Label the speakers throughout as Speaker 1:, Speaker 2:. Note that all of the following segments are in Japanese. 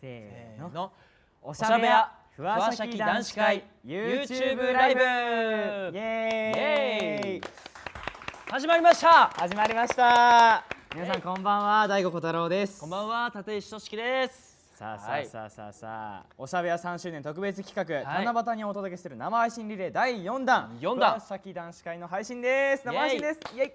Speaker 1: せーの
Speaker 2: の
Speaker 1: おし
Speaker 2: しゃ
Speaker 1: ゃ
Speaker 2: べ
Speaker 1: べ
Speaker 2: や
Speaker 1: や
Speaker 2: ふ
Speaker 1: ふ
Speaker 2: わ
Speaker 1: わ
Speaker 2: し
Speaker 1: し
Speaker 2: ゃ
Speaker 1: ゃ
Speaker 2: き
Speaker 1: き
Speaker 2: 男
Speaker 1: 男
Speaker 2: 子
Speaker 1: 子
Speaker 2: 会
Speaker 1: 会
Speaker 2: YouTube
Speaker 1: YouTube
Speaker 2: ラ
Speaker 1: ラ
Speaker 2: イ
Speaker 1: イ
Speaker 2: ブ
Speaker 1: ブイ
Speaker 2: イエ
Speaker 1: エーイ
Speaker 2: ーイ始まりました
Speaker 1: 始まりました皆さんこんばんは大悟小太郎です
Speaker 2: こんばん
Speaker 1: は
Speaker 2: は立石俊樹です
Speaker 1: さあさ
Speaker 2: はい
Speaker 1: あさあさあさあおしゃべや3周年特別企画、
Speaker 2: はい
Speaker 1: 七夕にお届けする生配信リレー第4弾
Speaker 2: 四弾
Speaker 1: ふわしゃき男子会の配信です生配信ですイエイ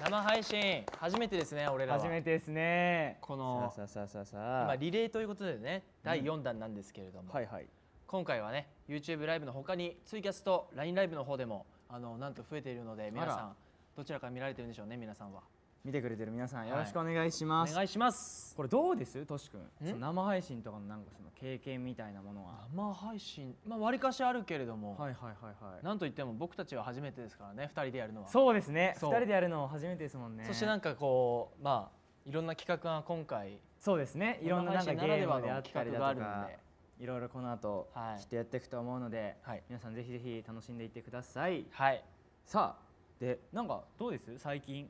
Speaker 2: 生配信初めてですね俺らは
Speaker 1: 初めてですね
Speaker 2: この
Speaker 1: さあさあさあさあ
Speaker 2: 今
Speaker 1: さあ
Speaker 2: リレーということでね第4弾なんですけれども、
Speaker 1: はいはい
Speaker 2: 今回はね YouTube ライブの他にツイキャスと LINE ライブの方でもあのなんと増えているので皆さ
Speaker 1: あ
Speaker 2: んどちらから見られてるんでしょうね皆さんは
Speaker 1: 見てくれてる皆さんよろしくお
Speaker 2: は
Speaker 1: 願いし
Speaker 2: お
Speaker 1: ます、
Speaker 2: 願いします
Speaker 1: これどうですとしくん
Speaker 2: ん
Speaker 1: その生配信とかのなんかその経験みたいなものは
Speaker 2: 生配信まあ割かしあるけれども、
Speaker 1: はいはいはいはい
Speaker 2: なんといっても僕たちは初めてですからね2人でやるのは
Speaker 1: そうですね
Speaker 2: そ
Speaker 1: 二
Speaker 2: う
Speaker 1: 人でやるの初めてですもんね
Speaker 2: そしてなんかこうまあいろんな企画が今回
Speaker 1: そうですねいろんななんかゲ
Speaker 2: 生配
Speaker 1: ー
Speaker 2: 信なら
Speaker 1: ム
Speaker 2: で
Speaker 1: であ
Speaker 2: はの
Speaker 1: ったり
Speaker 2: 企
Speaker 1: だ
Speaker 2: 画
Speaker 1: と
Speaker 2: があ
Speaker 1: か
Speaker 2: るので
Speaker 1: いろいろこの後、
Speaker 2: はい
Speaker 1: きっとやっていくと思うので、
Speaker 2: はい
Speaker 1: 皆さんぜひぜひ楽しんでいってください
Speaker 2: はい
Speaker 1: さあでなんかどうです最近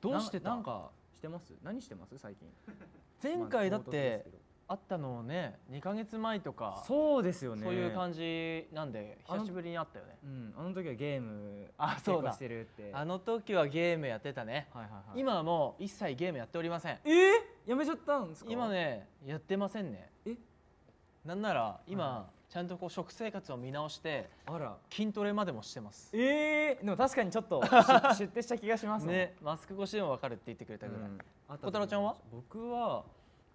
Speaker 2: どうしてた
Speaker 1: ななんかしてます何してます最近
Speaker 2: 前
Speaker 1: まあ
Speaker 2: 回だっ
Speaker 1: 唐突ですけ
Speaker 2: て
Speaker 1: ど
Speaker 2: あったのをね2か月前とか
Speaker 1: そうですよね
Speaker 2: そういう感じなんで
Speaker 1: あの
Speaker 2: 久しぶりに会ったよね
Speaker 1: うん、あの時はゲーム
Speaker 2: あ
Speaker 1: 結構
Speaker 2: そうだ
Speaker 1: してるって
Speaker 2: あの時はゲームやってたね、
Speaker 1: はいはいはい、
Speaker 2: 今はもう一切ゲームやっておりません
Speaker 1: えー、やめちゃったんですか
Speaker 2: 今ねやってませんね
Speaker 1: え
Speaker 2: なんなら今、
Speaker 1: はいは
Speaker 2: ちゃんとこう食生活を見直して
Speaker 1: あら
Speaker 2: 筋トレまでもしてます
Speaker 1: えー、でも確かにちょっ と出出店した気がしますもん
Speaker 2: ねマスク越しでも分かるって言ってくれたぐらい、
Speaker 1: あと
Speaker 2: 小太郎ちゃんは
Speaker 1: 僕は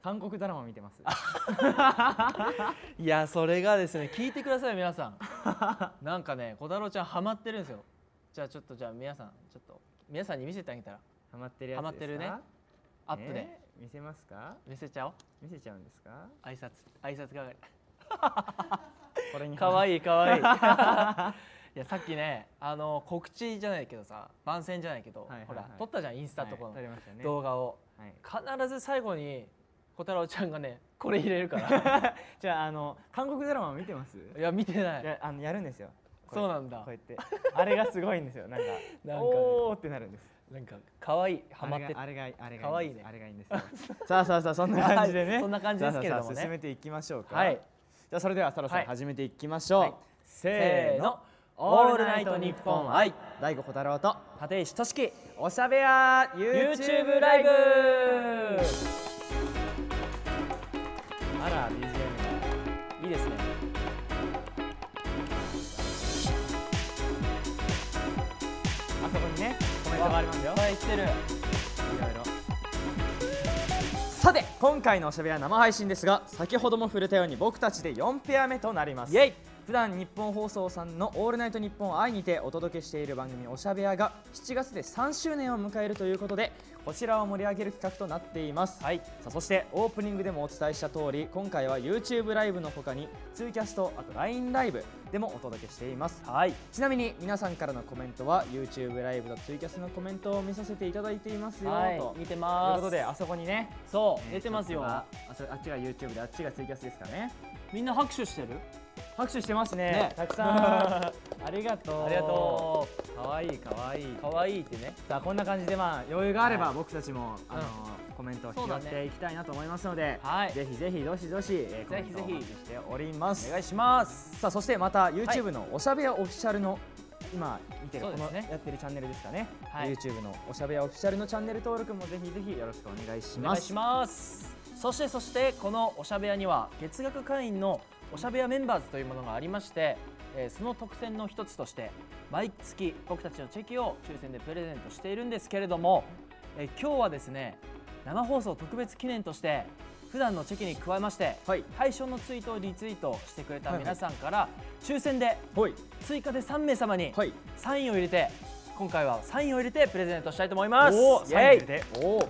Speaker 1: 韓国ドラマ見て ます
Speaker 2: いやそれがですね聞いてください皆さん なんかね小太郎ちゃんハマってるんですよじゃあちょっとじゃあ皆さんちょっと皆さんに見せてあげたら
Speaker 1: ハマってるやつですか
Speaker 2: ハマってるねアップで
Speaker 1: えー見せますか
Speaker 2: 見せちゃおう
Speaker 1: 見せちゃうんですか
Speaker 2: 挨拶挨拶係
Speaker 1: これに
Speaker 2: かわ
Speaker 1: い
Speaker 2: いいか わいいいやさっきねあの告知じゃないけどさ番宣じゃないけど、
Speaker 1: はいはいはい
Speaker 2: ほら撮ったじゃんインスタとかの
Speaker 1: 撮りましたね
Speaker 2: 動画を、
Speaker 1: はい、
Speaker 2: 必ず最後に小太郎ちゃんがねこれ入れるから
Speaker 1: じゃああの韓国ドラマ見てます
Speaker 2: いや見てない
Speaker 1: いやあのやるんですよこれ
Speaker 2: そうなんだ
Speaker 1: こうやってあれがすごいんですよなんか
Speaker 2: なんかね
Speaker 1: おーってなるんです
Speaker 2: なんか可愛いハマって
Speaker 1: あれがあれがあれが
Speaker 2: 可愛いね
Speaker 1: あれがいいんですよさあさあさあそんな感じで
Speaker 2: は
Speaker 1: ね
Speaker 2: いそんな感じですけれどもね
Speaker 1: さあさあさあ進めていきましょうか
Speaker 2: はい
Speaker 1: じゃあそれではそろそろ
Speaker 2: はい
Speaker 1: 始めていきましょう、
Speaker 2: はい
Speaker 1: せーの
Speaker 2: せーのオールナイトニッポン愛
Speaker 1: 大悟小太郎と
Speaker 2: 立石俊樹
Speaker 1: おしゃべや
Speaker 2: YouTube ライブ
Speaker 1: あら BGM
Speaker 2: いいですね
Speaker 1: あそこにねコメントがありますよ
Speaker 2: いっぱい来てる
Speaker 1: いろいろさて今回のおしゃべりは生配信ですが先ほども触れたように僕たちで4ペア目となります
Speaker 2: イエイ
Speaker 1: 普段日本放送さんの「オールナイトニッポン愛」にてお届けしている番組「おしゃべや」が7月で3周年を迎えるということでこちらを盛り上げる企画となっています、
Speaker 2: はい
Speaker 1: さあそしてオープニングでもお伝えした通り今回は YouTube ライブの他にツーキャストあと LINE ライブでもお届けしています
Speaker 2: はい
Speaker 1: ちなみに皆さんからのコメントは YouTube ライブとツイキャスのコメントを見させていただいていますよ、と
Speaker 2: 見て
Speaker 1: という
Speaker 2: ま
Speaker 1: こ
Speaker 2: す
Speaker 1: とであそこにね
Speaker 2: そう出てますよ
Speaker 1: チャットがあそあっちが YouTube であっちがツイキャスですかね
Speaker 2: みんな拍手してる
Speaker 1: 拍手してますね
Speaker 2: ね
Speaker 1: たく さんありがとう
Speaker 2: ありがと
Speaker 1: うかわいいかわいいう
Speaker 2: 可愛いってね
Speaker 1: さあこんな感じでまあ余裕があれば
Speaker 2: は
Speaker 1: 僕たちも、あのコメントを拾
Speaker 2: そうだ
Speaker 1: っ
Speaker 2: ね
Speaker 1: ていきたいなと思いますので、
Speaker 2: はい
Speaker 1: ぜひぜひどしどし、えー、コメ
Speaker 2: ぜ
Speaker 1: ン
Speaker 2: ひ
Speaker 1: トをお
Speaker 2: ぜひ
Speaker 1: 待ちしております
Speaker 2: お願いします
Speaker 1: さあそしてまた YouTube のおしゃべりオフィシャルの、今見てる、
Speaker 2: そう
Speaker 1: こ
Speaker 2: で
Speaker 1: の
Speaker 2: すね
Speaker 1: やってるチャンネルですかね、
Speaker 2: はい
Speaker 1: YouTube のおしゃべりオフィシャルのチャンネル登録もぜひぜひよろしくお願いし
Speaker 2: お
Speaker 1: ま
Speaker 2: 願い
Speaker 1: す
Speaker 2: しますそしてそしてこのおしゃべやには月額会員のおしゃべやメンバーズというものがありまして、えーその特典の一つとして毎月僕たちのチェキを抽選でプレゼントしているんですけれども、えー今日はですね生放送特別記念として普段のチェキに加えまして、
Speaker 1: はい
Speaker 2: 対象のツイートをリツイートしてくれた
Speaker 1: はいはい
Speaker 2: 皆さんから抽選で
Speaker 1: はい
Speaker 2: 追加で3名様に
Speaker 1: はい
Speaker 2: サインを入れて今回はサインを入れてプレゼントしたいと思います
Speaker 1: おー
Speaker 2: イエイ
Speaker 1: サインでおー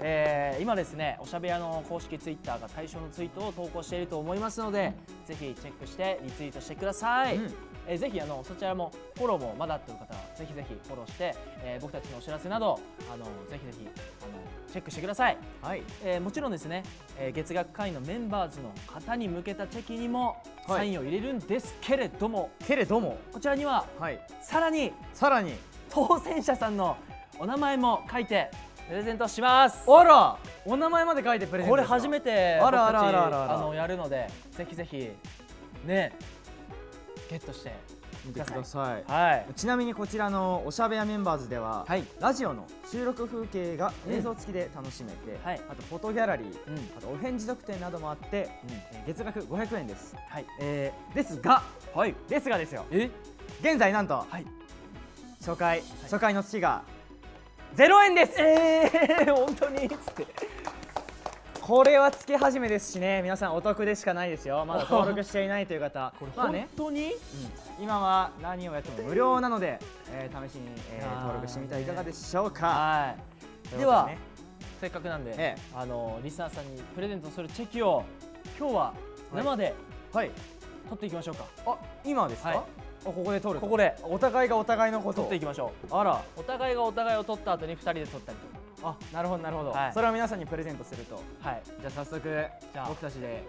Speaker 2: えー今ですねおしゃべやの公式ツイッターが対象のツイートを投稿していると思いますのでぜひチェックしてリツイートしてください、
Speaker 1: うん
Speaker 2: えーぜひあのそちらもフォローもまだという方はぜひぜひフォローして、えー僕たちのお知らせなどあのぜひぜひあのチェックしてください、
Speaker 1: はい
Speaker 2: えーもちろんですね、えー月額会員のメンバーズの方に向けたチェキにも
Speaker 1: はい
Speaker 2: サインを入れるんですけれども、
Speaker 1: けれども
Speaker 2: こちらには
Speaker 1: はい
Speaker 2: さらに
Speaker 1: さらに
Speaker 2: 当選者さんのお名前も書いてプレゼントします
Speaker 1: あらお名前まで書いてプレゼント
Speaker 2: これ初め
Speaker 1: て
Speaker 2: て
Speaker 1: あ
Speaker 2: 僕
Speaker 1: ら
Speaker 2: た
Speaker 1: あ
Speaker 2: ち
Speaker 1: らあらあらあら
Speaker 2: あのやるのでぜひぜひねゲットして
Speaker 1: 見てください
Speaker 2: はい
Speaker 1: ちなみにこちらのおしゃべやメンバーズでは、
Speaker 2: はい
Speaker 1: ラジオの収録風景が
Speaker 2: うん
Speaker 1: 映像付きで楽しめて、
Speaker 2: はい
Speaker 1: あとフォトギャラリー、
Speaker 2: うん
Speaker 1: あとお返事特典などもあって、えー月額500円です、
Speaker 2: はい
Speaker 1: えーですが
Speaker 2: はい
Speaker 1: ですがですよ
Speaker 2: え
Speaker 1: 現在なんと
Speaker 2: はい
Speaker 1: 初回、初回の月が0円です
Speaker 2: えー、本当につって
Speaker 1: これは月始めですしね皆さんお得でしかないですよ まだ登録していないという方
Speaker 2: これ
Speaker 1: まあ
Speaker 2: 本
Speaker 1: ね
Speaker 2: 当に、
Speaker 1: うん今は何をやっても無料なので、えー試しに、えー
Speaker 2: あー
Speaker 1: 登録してみてはいかがでしょうか
Speaker 2: はい
Speaker 1: という
Speaker 2: で
Speaker 1: こと
Speaker 2: はせっかくなんで、
Speaker 1: ええ
Speaker 2: あのリスナーさんにプレゼントするチェキを今日は生で
Speaker 1: はい
Speaker 2: 取っていきましょうか、
Speaker 1: あ今ですか、
Speaker 2: はい
Speaker 1: あここで取る
Speaker 2: ここで
Speaker 1: お互いがお互いのこと
Speaker 2: 取
Speaker 1: を
Speaker 2: っていきましょ
Speaker 1: あら
Speaker 2: うお互いがお互いを取った後に2人で取ったりと
Speaker 1: あなるほどなるほど、
Speaker 2: はい
Speaker 1: それを皆さんにプレゼントすると
Speaker 2: かはい
Speaker 1: じゃあ早速
Speaker 2: じゃあ
Speaker 1: 僕たちで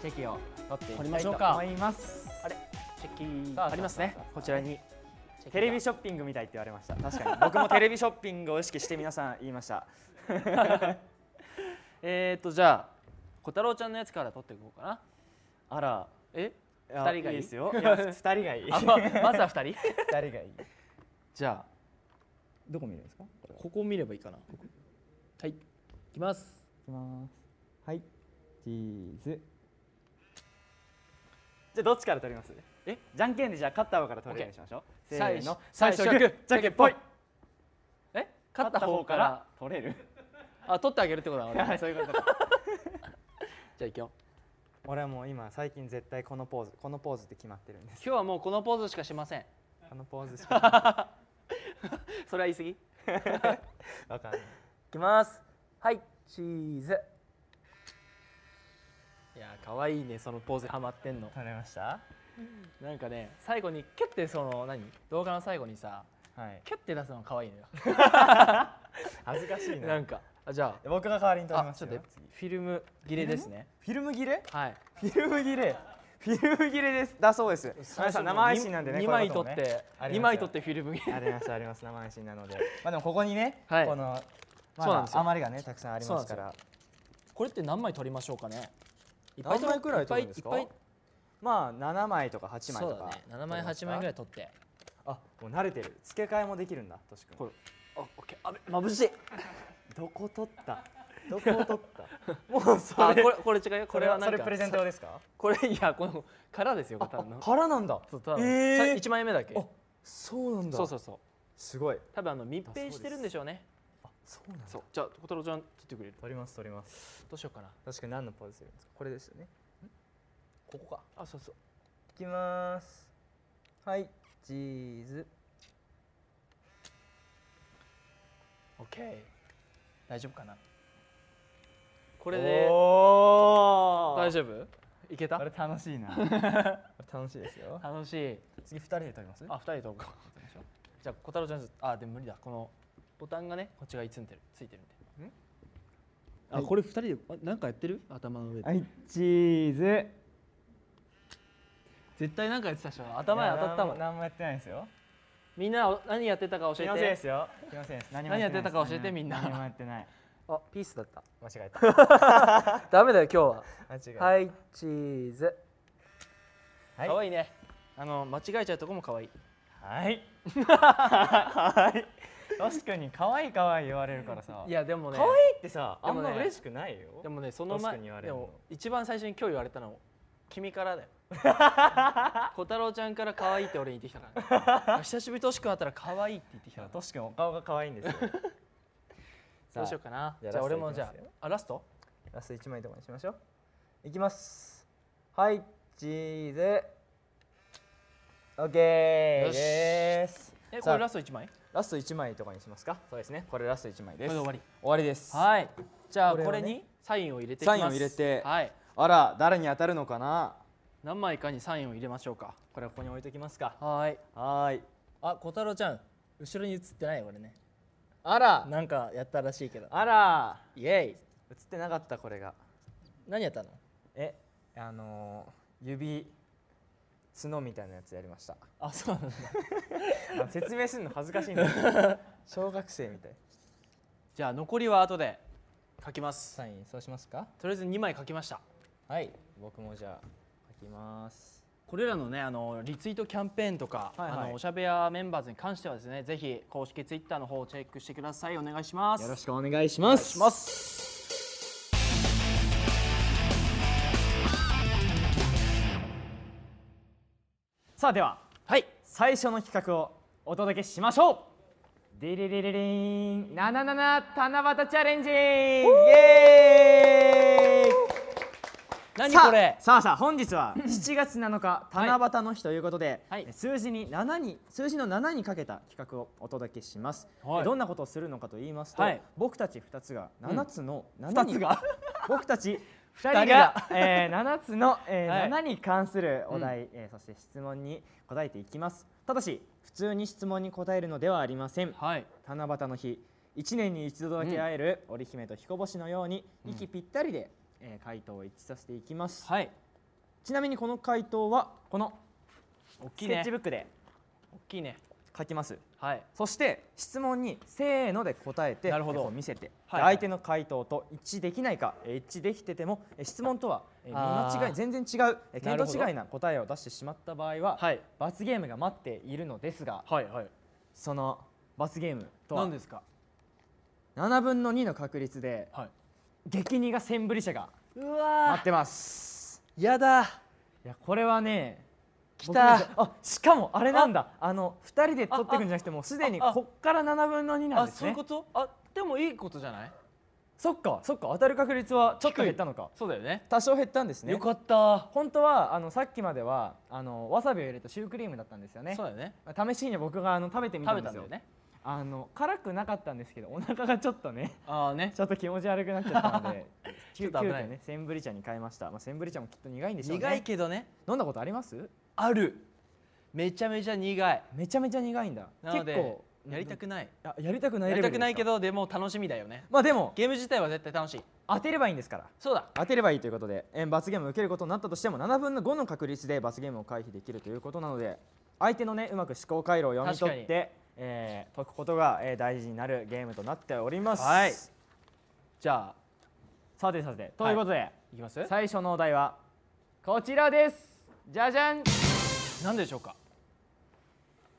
Speaker 1: チェキを取ってい
Speaker 2: 取
Speaker 1: き
Speaker 2: りま
Speaker 1: たい
Speaker 2: し
Speaker 1: と
Speaker 2: ょうか
Speaker 1: 思います
Speaker 2: あれチェキ
Speaker 1: さあ
Speaker 2: ありますね
Speaker 1: さあさあさあ
Speaker 2: こちらに
Speaker 1: テレビショッピングみたいって言われました確かに僕もテレビショッピングを意識して皆さん言いました
Speaker 2: えー、っとじゃあ小太郎ちゃんのやつから取っていこうかな
Speaker 1: あら
Speaker 2: え
Speaker 1: 二
Speaker 2: 二人がいい
Speaker 1: ですよいや二人がいい
Speaker 2: あ
Speaker 1: 二
Speaker 2: ままずは2人
Speaker 1: 人がいい
Speaker 2: じゃあ
Speaker 1: どこ見るんですかこれ
Speaker 2: ここを見ればいいかなはいいきます
Speaker 1: いきますはいチーズじゃあどっちから取ります
Speaker 2: え
Speaker 1: じゃんけんでじゃあ勝った方から取るようにしましょうせ
Speaker 2: 最
Speaker 1: ー
Speaker 2: 初
Speaker 1: の
Speaker 2: 最初グー
Speaker 1: じゃんけんぽい
Speaker 2: え勝った方から
Speaker 1: 取れる
Speaker 2: あ取ってあげるってことだ俺
Speaker 1: はい そういうことか
Speaker 2: じゃあいくよ
Speaker 1: 俺はもう今最近絶対このポーズこのポーズって決まってるんです
Speaker 2: 今日はもうこのポーズしかしません
Speaker 1: このポーズ しか
Speaker 2: それは言い過ぎい
Speaker 1: わかんない
Speaker 2: きますはいチーズいやー可愛いねそのポーズハマってんの
Speaker 1: 取れました
Speaker 2: なんかね最後にキュッてその何動画の最後にさ
Speaker 1: はい
Speaker 2: キュッて出すのが可愛いのよ
Speaker 1: 恥ずかしいな
Speaker 2: なんかあじゃ
Speaker 1: 僕が代わりに取
Speaker 2: あ
Speaker 1: り
Speaker 2: あ
Speaker 1: ます
Speaker 2: ちょ
Speaker 1: よ
Speaker 2: っとフィルム切れですね
Speaker 1: フィルム切れ
Speaker 2: はい
Speaker 1: フィルム切れフィルム切れですだそうです皆さん生配信なんでね
Speaker 2: 2
Speaker 1: こうい
Speaker 2: 枚
Speaker 1: うこと
Speaker 2: 取
Speaker 1: もね
Speaker 2: って
Speaker 1: ありますよ
Speaker 2: 2枚取ってフィルム切れ
Speaker 1: ありますあります生配信なの でまあでもここにね、
Speaker 2: はい
Speaker 1: このま
Speaker 2: そうなん
Speaker 1: だ
Speaker 2: ですよ
Speaker 1: 余りがねたくさんありますから
Speaker 2: これって何枚取りましょうかねいっ
Speaker 1: 何枚くらい
Speaker 2: ぱ
Speaker 1: 取
Speaker 2: い
Speaker 1: るん
Speaker 2: い
Speaker 1: です
Speaker 2: っ
Speaker 1: か
Speaker 2: ぱい
Speaker 1: まあ7枚とか8枚
Speaker 2: そう
Speaker 1: と
Speaker 2: だ
Speaker 1: か、
Speaker 2: ね7枚8枚ぐらい取って
Speaker 1: あもう慣れてる付け替えもできるんだとしくん
Speaker 2: これあオッケーあべ眩しい
Speaker 1: どこ取ったどこ取 ったもうそれ
Speaker 2: あこれこれ違うよこれは
Speaker 1: そ
Speaker 2: なん
Speaker 1: れ
Speaker 2: か
Speaker 1: プレゼント用ですか
Speaker 2: これいやこの殻ですよ
Speaker 1: あ
Speaker 2: 多分の
Speaker 1: 空なんだ
Speaker 2: そう多分
Speaker 1: え
Speaker 2: さ
Speaker 1: ー
Speaker 2: 一枚目だけ
Speaker 1: あそうなんだ
Speaker 2: そうそうそう
Speaker 1: すごい
Speaker 2: 多分あの密閉してるんでしょうね
Speaker 1: あそうなんだ
Speaker 2: そうじゃあ小太郎ちゃん取ってくれる
Speaker 1: 取ります取ります
Speaker 2: どうしようかな
Speaker 1: 確かに何のポーズするんですかこれですよね
Speaker 2: ここかあそうそう
Speaker 1: いきますはいチーズ
Speaker 2: オッケー大丈夫かなこ
Speaker 1: こ
Speaker 2: れで
Speaker 1: お
Speaker 2: 大
Speaker 1: 夫
Speaker 2: 丈夫いけた
Speaker 1: これ楽しい なこれ楽しいですよ
Speaker 2: 楽しい
Speaker 1: 次二人で取ります
Speaker 2: あ二人とかじゃあ小太郎ちゃんちょっとあでも無理だこのボタンがねこっちがいついてるついてるんで
Speaker 1: ん
Speaker 2: あこれ二人で何かやってる頭の上で
Speaker 1: はいチーズ
Speaker 2: 絶対何かやってたでしょ頭に当たったもん
Speaker 1: 何もやってないですよ
Speaker 2: みんなお何やってたか教
Speaker 1: 気
Speaker 2: え
Speaker 1: のせいで
Speaker 2: て
Speaker 1: すよ気のせいです何
Speaker 2: もやってないです
Speaker 1: 何
Speaker 2: 何
Speaker 1: も
Speaker 2: も
Speaker 1: やってない
Speaker 2: あピースだった
Speaker 1: 間違えた 間
Speaker 2: ダメだよ今日
Speaker 1: 違え
Speaker 2: ははいチーズ
Speaker 1: た
Speaker 2: 可
Speaker 1: はい
Speaker 2: 愛いねあの間違えちゃうとこも可愛い
Speaker 1: はいはい確かに可愛い可愛い言われるからさ
Speaker 2: いやでもね
Speaker 1: 可愛いってさあ
Speaker 2: で
Speaker 1: ん
Speaker 2: もね
Speaker 1: ま嬉しくないよ
Speaker 2: でもねその
Speaker 1: 確か
Speaker 2: 前
Speaker 1: に言われ
Speaker 2: で
Speaker 1: るの
Speaker 2: も一番最初に今日言われたの君からだ よ小太郎ちゃんから可愛いって俺に言ってきたから、ね、 久しぶりとしくん会ったら可愛いって言ってき たから
Speaker 1: としくんお顔が可愛いんですよ
Speaker 2: どうしようかな
Speaker 1: じ
Speaker 2: じ
Speaker 1: ゃあラスト
Speaker 2: ゃあ俺もじ
Speaker 1: いき
Speaker 2: ゃ
Speaker 1: ますよ
Speaker 2: ああラスト
Speaker 1: ラスト1枚とかにしましょういきますはいチーズ OK
Speaker 2: よし
Speaker 1: でーす
Speaker 2: えこ
Speaker 1: さあ
Speaker 2: れラスト1枚
Speaker 1: ラスト1枚とかにしますかそうですねこれラスト1枚です
Speaker 2: これで終わり
Speaker 1: 終わりです
Speaker 2: はいじゃあ
Speaker 1: これを
Speaker 2: こ
Speaker 1: ね
Speaker 2: れにサインを入れていきます
Speaker 1: サインを入れて
Speaker 2: はい
Speaker 1: あら誰に当たるのかな
Speaker 2: 何枚かにサインを入れましょうか
Speaker 1: これはここに置いときますか
Speaker 2: はい
Speaker 1: はーい
Speaker 2: あ小太郎ちゃん後ろに映ってない俺ね
Speaker 1: あら
Speaker 2: なんかやったらしいけど
Speaker 1: あら
Speaker 2: イエ
Speaker 1: 映ってなかったこれが
Speaker 2: イ何やったの
Speaker 1: えあのー、指角みたいなやつやりました
Speaker 2: あそうなんだ
Speaker 1: あ説明するの恥ずかしいんだ小学生みたい
Speaker 2: じゃあ残りは後で書きます
Speaker 1: サインそうしますか
Speaker 2: とりあえず2枚書きました
Speaker 1: はい僕もじゃあ書きます
Speaker 2: これらのねあのリツイートキャンペーンとか、
Speaker 1: はいはい
Speaker 2: あのおしゃべやメンバーズに関してはですねぜひ公式ツイッターの方をチェックしてくださいお願いします
Speaker 1: よろしくお願いします
Speaker 2: お願いします
Speaker 1: さあでは
Speaker 2: はい
Speaker 1: 最初の企画をお届けしましょうデリリリリーン77七夕チャレンジイエーイ
Speaker 2: 何
Speaker 1: さあ
Speaker 2: これ
Speaker 1: さあさあ本日 は7月7日七夕の日ということで、
Speaker 2: はい
Speaker 1: 数字に7に数字の7にかけた企画をお届けします、
Speaker 2: はい
Speaker 1: どんなことをするのかと言いますと、
Speaker 2: はい
Speaker 1: 僕たち2つが7つの7に、
Speaker 2: 2つ が
Speaker 1: 僕たち2人
Speaker 2: が
Speaker 1: が、 えー、7つの、えー
Speaker 2: はい
Speaker 1: 7に関するお題、えーそして質問に答えていきますただし普通に質問に答えるのではありません
Speaker 2: はい
Speaker 1: 七夕の日1年に一度だけ会える織姫と彦星のように
Speaker 2: うん
Speaker 1: 息ぴったりで、えー回答を一致させていきます、
Speaker 2: はい
Speaker 1: ちなみにこの回答はこの
Speaker 2: 大き
Speaker 1: ス
Speaker 2: い
Speaker 1: ケ
Speaker 2: ね
Speaker 1: ッチブックで
Speaker 2: 大きいね
Speaker 1: 書きます
Speaker 2: はい
Speaker 1: そして質問にせーので答えて
Speaker 2: なるほど
Speaker 1: こう見せて、
Speaker 2: はい
Speaker 1: で相手の回答と一致できないかえー一致できててもえー質問とはえー見
Speaker 2: あー
Speaker 1: 間違い全然違うえー
Speaker 2: な
Speaker 1: 見
Speaker 2: るほ
Speaker 1: 当
Speaker 2: ど
Speaker 1: 違いな答えを出してしまった場合は、
Speaker 2: はい
Speaker 1: 罰ゲームが待っているのですが
Speaker 2: はいはい
Speaker 1: その罰ゲームとは
Speaker 2: 何ですか
Speaker 1: 7分の2の確率で
Speaker 2: はい
Speaker 1: 激苦千ぶり者が
Speaker 2: う
Speaker 1: 待
Speaker 2: わ
Speaker 1: ってます
Speaker 2: やだ
Speaker 1: いやこれはね
Speaker 2: 来
Speaker 1: 僕
Speaker 2: た
Speaker 1: たちあしかもあれなんだあの2人で取っていくんじゃなくてもうすでに
Speaker 2: ああ
Speaker 1: こっから7分の2なん
Speaker 2: あ
Speaker 1: です
Speaker 2: そうい
Speaker 1: ね
Speaker 2: うことあでもいいことじゃない
Speaker 1: そっかそっか当たる確率はちょっと
Speaker 2: 低い
Speaker 1: 減ったのか
Speaker 2: そうだよね
Speaker 1: 多少減ったんですね
Speaker 2: よかった
Speaker 1: 本当はあのさっきまではあのわさびを入れたシュークリームだったんですよね
Speaker 2: そうだよね
Speaker 1: 試しに僕があの食べてみた
Speaker 2: 食
Speaker 1: んで
Speaker 2: べた
Speaker 1: す
Speaker 2: ん
Speaker 1: よ
Speaker 2: だよね
Speaker 1: あの辛くなかったんですけどお腹がちょっとね
Speaker 2: ああね
Speaker 1: ちょっと気持ち悪くなっちゃったので
Speaker 2: ち
Speaker 1: 急
Speaker 2: ょっと危ない
Speaker 1: 遽ねセンブリ茶に変えました、まあ、センブリ茶もきっと苦いんでしょうね
Speaker 2: 苦いけどね
Speaker 1: 飲んだことあります
Speaker 2: あるめちゃめちゃ苦い
Speaker 1: めちゃめちゃ苦いんだ
Speaker 2: な
Speaker 1: 結
Speaker 2: ので
Speaker 1: 構
Speaker 2: やりたくない
Speaker 1: あやりたくない
Speaker 2: や
Speaker 1: レベル
Speaker 2: りた
Speaker 1: です
Speaker 2: く
Speaker 1: か
Speaker 2: ないけどでも楽しみだよね
Speaker 1: まあでも
Speaker 2: ゲーム自体は絶対楽しい
Speaker 1: 当てればいいんですから
Speaker 2: そうだ
Speaker 1: 当てればいいということでえー罰ゲームを受けることになったとしても7分の5の確率で罰ゲームを回避できるということなので相手のねうまく思考回路を読み取って、えー解くことが、えー大事になるゲームとなっております、
Speaker 2: はいじゃあ
Speaker 1: さてさてということで、
Speaker 2: いきます
Speaker 1: 最初のお題はこちらですじゃじゃん
Speaker 2: 何でしょうか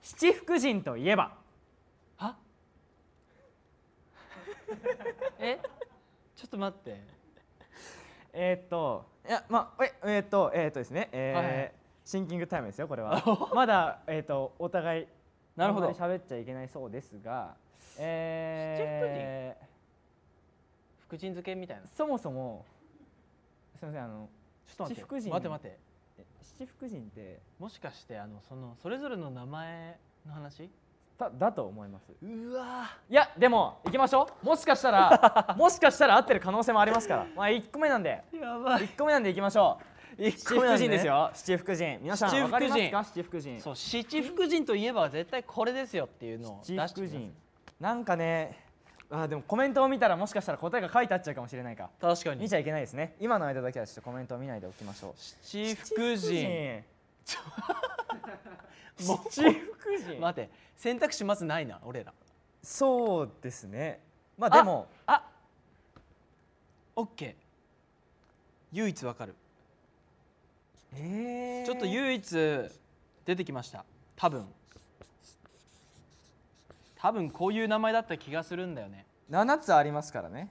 Speaker 1: 七福神といえば
Speaker 2: はえちょっと待って
Speaker 1: えー、っといやまあええー、っとえー、っとですね、えー
Speaker 2: はいはい
Speaker 1: シンキングタイムですよこれはまだえー、っとお互い
Speaker 2: なるほど
Speaker 1: あんまり喋っちゃいけないそうですがえー、
Speaker 2: 福神漬けみたいなちょ
Speaker 1: そもそもすみませんあの
Speaker 2: っと待って
Speaker 1: 七福神
Speaker 2: 待って待って
Speaker 1: え七福神って
Speaker 2: もしかしてあのそのそれぞれの名前の話
Speaker 1: だだと思います
Speaker 2: うわ
Speaker 1: いやでも行きましょうもしかした らもしかしたら合ってる可能性もありますからまあ1個目なんで
Speaker 2: やば
Speaker 1: 1個目なんで行きましょ う
Speaker 2: 一
Speaker 1: 七
Speaker 2: 個
Speaker 1: 福
Speaker 2: 目なんでね
Speaker 1: 神ですよ七福神皆さん
Speaker 2: 七
Speaker 1: 分
Speaker 2: 福
Speaker 1: か
Speaker 2: 神
Speaker 1: りますか七福神
Speaker 2: そう七福神といえば絶対これですよっていうのを出して
Speaker 1: 七福神
Speaker 2: みま
Speaker 1: なんかねあーでもコメントを見たらもしかしたら答えが書いてあっちゃうかもしれないか
Speaker 2: す確かに
Speaker 1: 見ちゃいけないですね今の間だけはちょっとコメントを見ないでおきましょう
Speaker 2: 七福神
Speaker 1: 七福神七福神
Speaker 2: 待って選択肢まずないな俺ら
Speaker 1: そうですねまあでも
Speaker 2: あオッケー唯一わかる、
Speaker 1: えー
Speaker 2: ちょっと唯一出てきました多分多分こういう名前だった気がするんだ よね
Speaker 1: 7つありますからね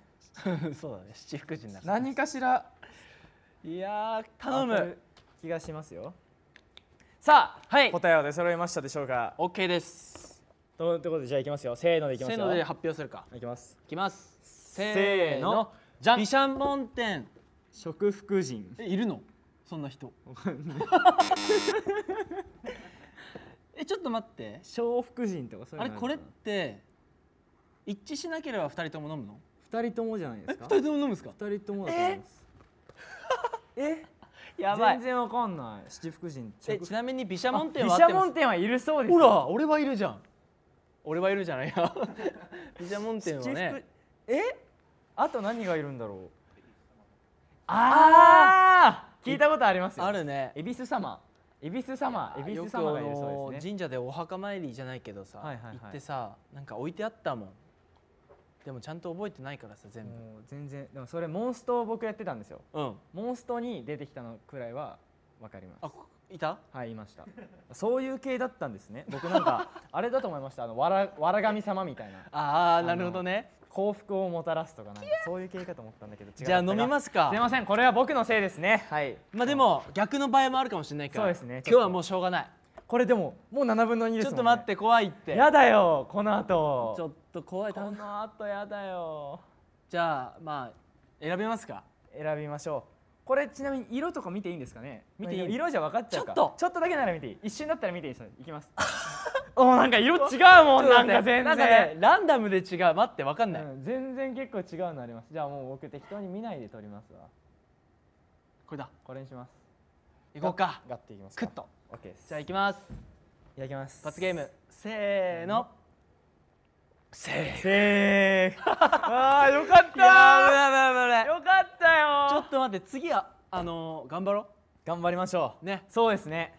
Speaker 2: そうだね七福神だ
Speaker 1: 何かしら
Speaker 2: いやー頼
Speaker 1: 当た
Speaker 2: む
Speaker 1: る気がしますよ
Speaker 2: さあはい
Speaker 1: 答えは出揃いましたでしょうか
Speaker 2: オッケーです
Speaker 1: ということでじゃあいきますよせーのでいき
Speaker 2: せ
Speaker 1: ます
Speaker 2: ー
Speaker 1: よ
Speaker 2: ので発表するか
Speaker 1: いきます
Speaker 2: いきます
Speaker 1: せーの
Speaker 2: じゃん毘沙門天
Speaker 1: 食福神
Speaker 2: えいるのそんな人えちょっと待って
Speaker 1: 小福神とかそうい
Speaker 2: あ
Speaker 1: う
Speaker 2: れ
Speaker 1: の
Speaker 2: これっ
Speaker 1: るか
Speaker 2: て一致しなければ二人とも飲むの
Speaker 1: な二人ともじゃないですか
Speaker 2: 二人とも飲むんですか
Speaker 1: 二人ともだと思いますえ
Speaker 2: やばい
Speaker 1: 全然わかんない七福神
Speaker 2: え
Speaker 1: 食
Speaker 2: ちなみに毘沙門天
Speaker 1: 毘
Speaker 2: は合っ
Speaker 1: 沙
Speaker 2: てま
Speaker 1: 門
Speaker 2: す
Speaker 1: 天はいるそうです
Speaker 2: ほ
Speaker 1: よ
Speaker 2: ら俺はいるじゃん俺はいるじゃ ないや毘沙門天は
Speaker 1: 七
Speaker 2: ね
Speaker 1: 福えあと何がいるんだろう
Speaker 2: あ
Speaker 1: 聞いたことありますよ
Speaker 2: あるね
Speaker 1: 恵比寿様恵比寿様恵比寿
Speaker 2: よくあ
Speaker 1: 様がいるそう
Speaker 2: の
Speaker 1: ですね
Speaker 2: 神社でお墓参りじゃないけどさ
Speaker 1: はいはいはい
Speaker 2: 行ってさなんか置いてあったもんでもちゃんと覚えてないからさ全部
Speaker 1: もう全然でもそれモンストを僕やってたんですよ
Speaker 2: うん
Speaker 1: モンストに出てきたのくらいは分かります
Speaker 2: あこいた
Speaker 1: はいいましたそういう系だったんですね僕なん かあれだと思いましたあのわらわら神様みたいな
Speaker 2: ああなるほどね
Speaker 1: 幸福をもたらすとかなんかそういう系かと思ったんだけど違
Speaker 2: じゃあ飲みますすか
Speaker 1: すいませんこれは僕のせいですねはい
Speaker 2: まあでも逆の場合もあるかもしれないから
Speaker 1: そうですねちょっと
Speaker 2: 今日はもうしょうがない
Speaker 1: これでももう7分の2です
Speaker 2: ち
Speaker 1: も
Speaker 2: ょ
Speaker 1: ん、ね、
Speaker 2: っと待って怖いって
Speaker 1: やだよこの後
Speaker 2: ちょっと怖い
Speaker 1: この後やだよ
Speaker 2: じゃあまあ選べますか
Speaker 1: 選びましょうこれちなみに色とか見ていいんですかね
Speaker 2: 見ていい
Speaker 1: まあ色じゃ分かっちゃうか
Speaker 2: ちょっと
Speaker 1: ちょっとだけなら見ていい一瞬だったら見ていいですいき ますおーなんか色違うもんなんか全然
Speaker 2: なんかねランダムで違う待ってわかんない、
Speaker 1: うん全然結構違うのありますじゃあもう僕適当に見ないで撮りますわ
Speaker 2: これだ
Speaker 1: これにします
Speaker 2: 行こうか
Speaker 1: ガッていきます
Speaker 2: ク
Speaker 1: か
Speaker 2: ッと
Speaker 1: オッケーです
Speaker 2: じゃあ行きます
Speaker 1: いただきます
Speaker 2: 罰ゲームせーのせーの
Speaker 1: セー フあーよかっ
Speaker 2: いやー危
Speaker 1: た
Speaker 2: ない危ない危ない
Speaker 1: よかったよ
Speaker 2: ちょっと待って次はあのー、頑張ろ
Speaker 1: 頑張りましょ
Speaker 2: うね
Speaker 1: うそうですね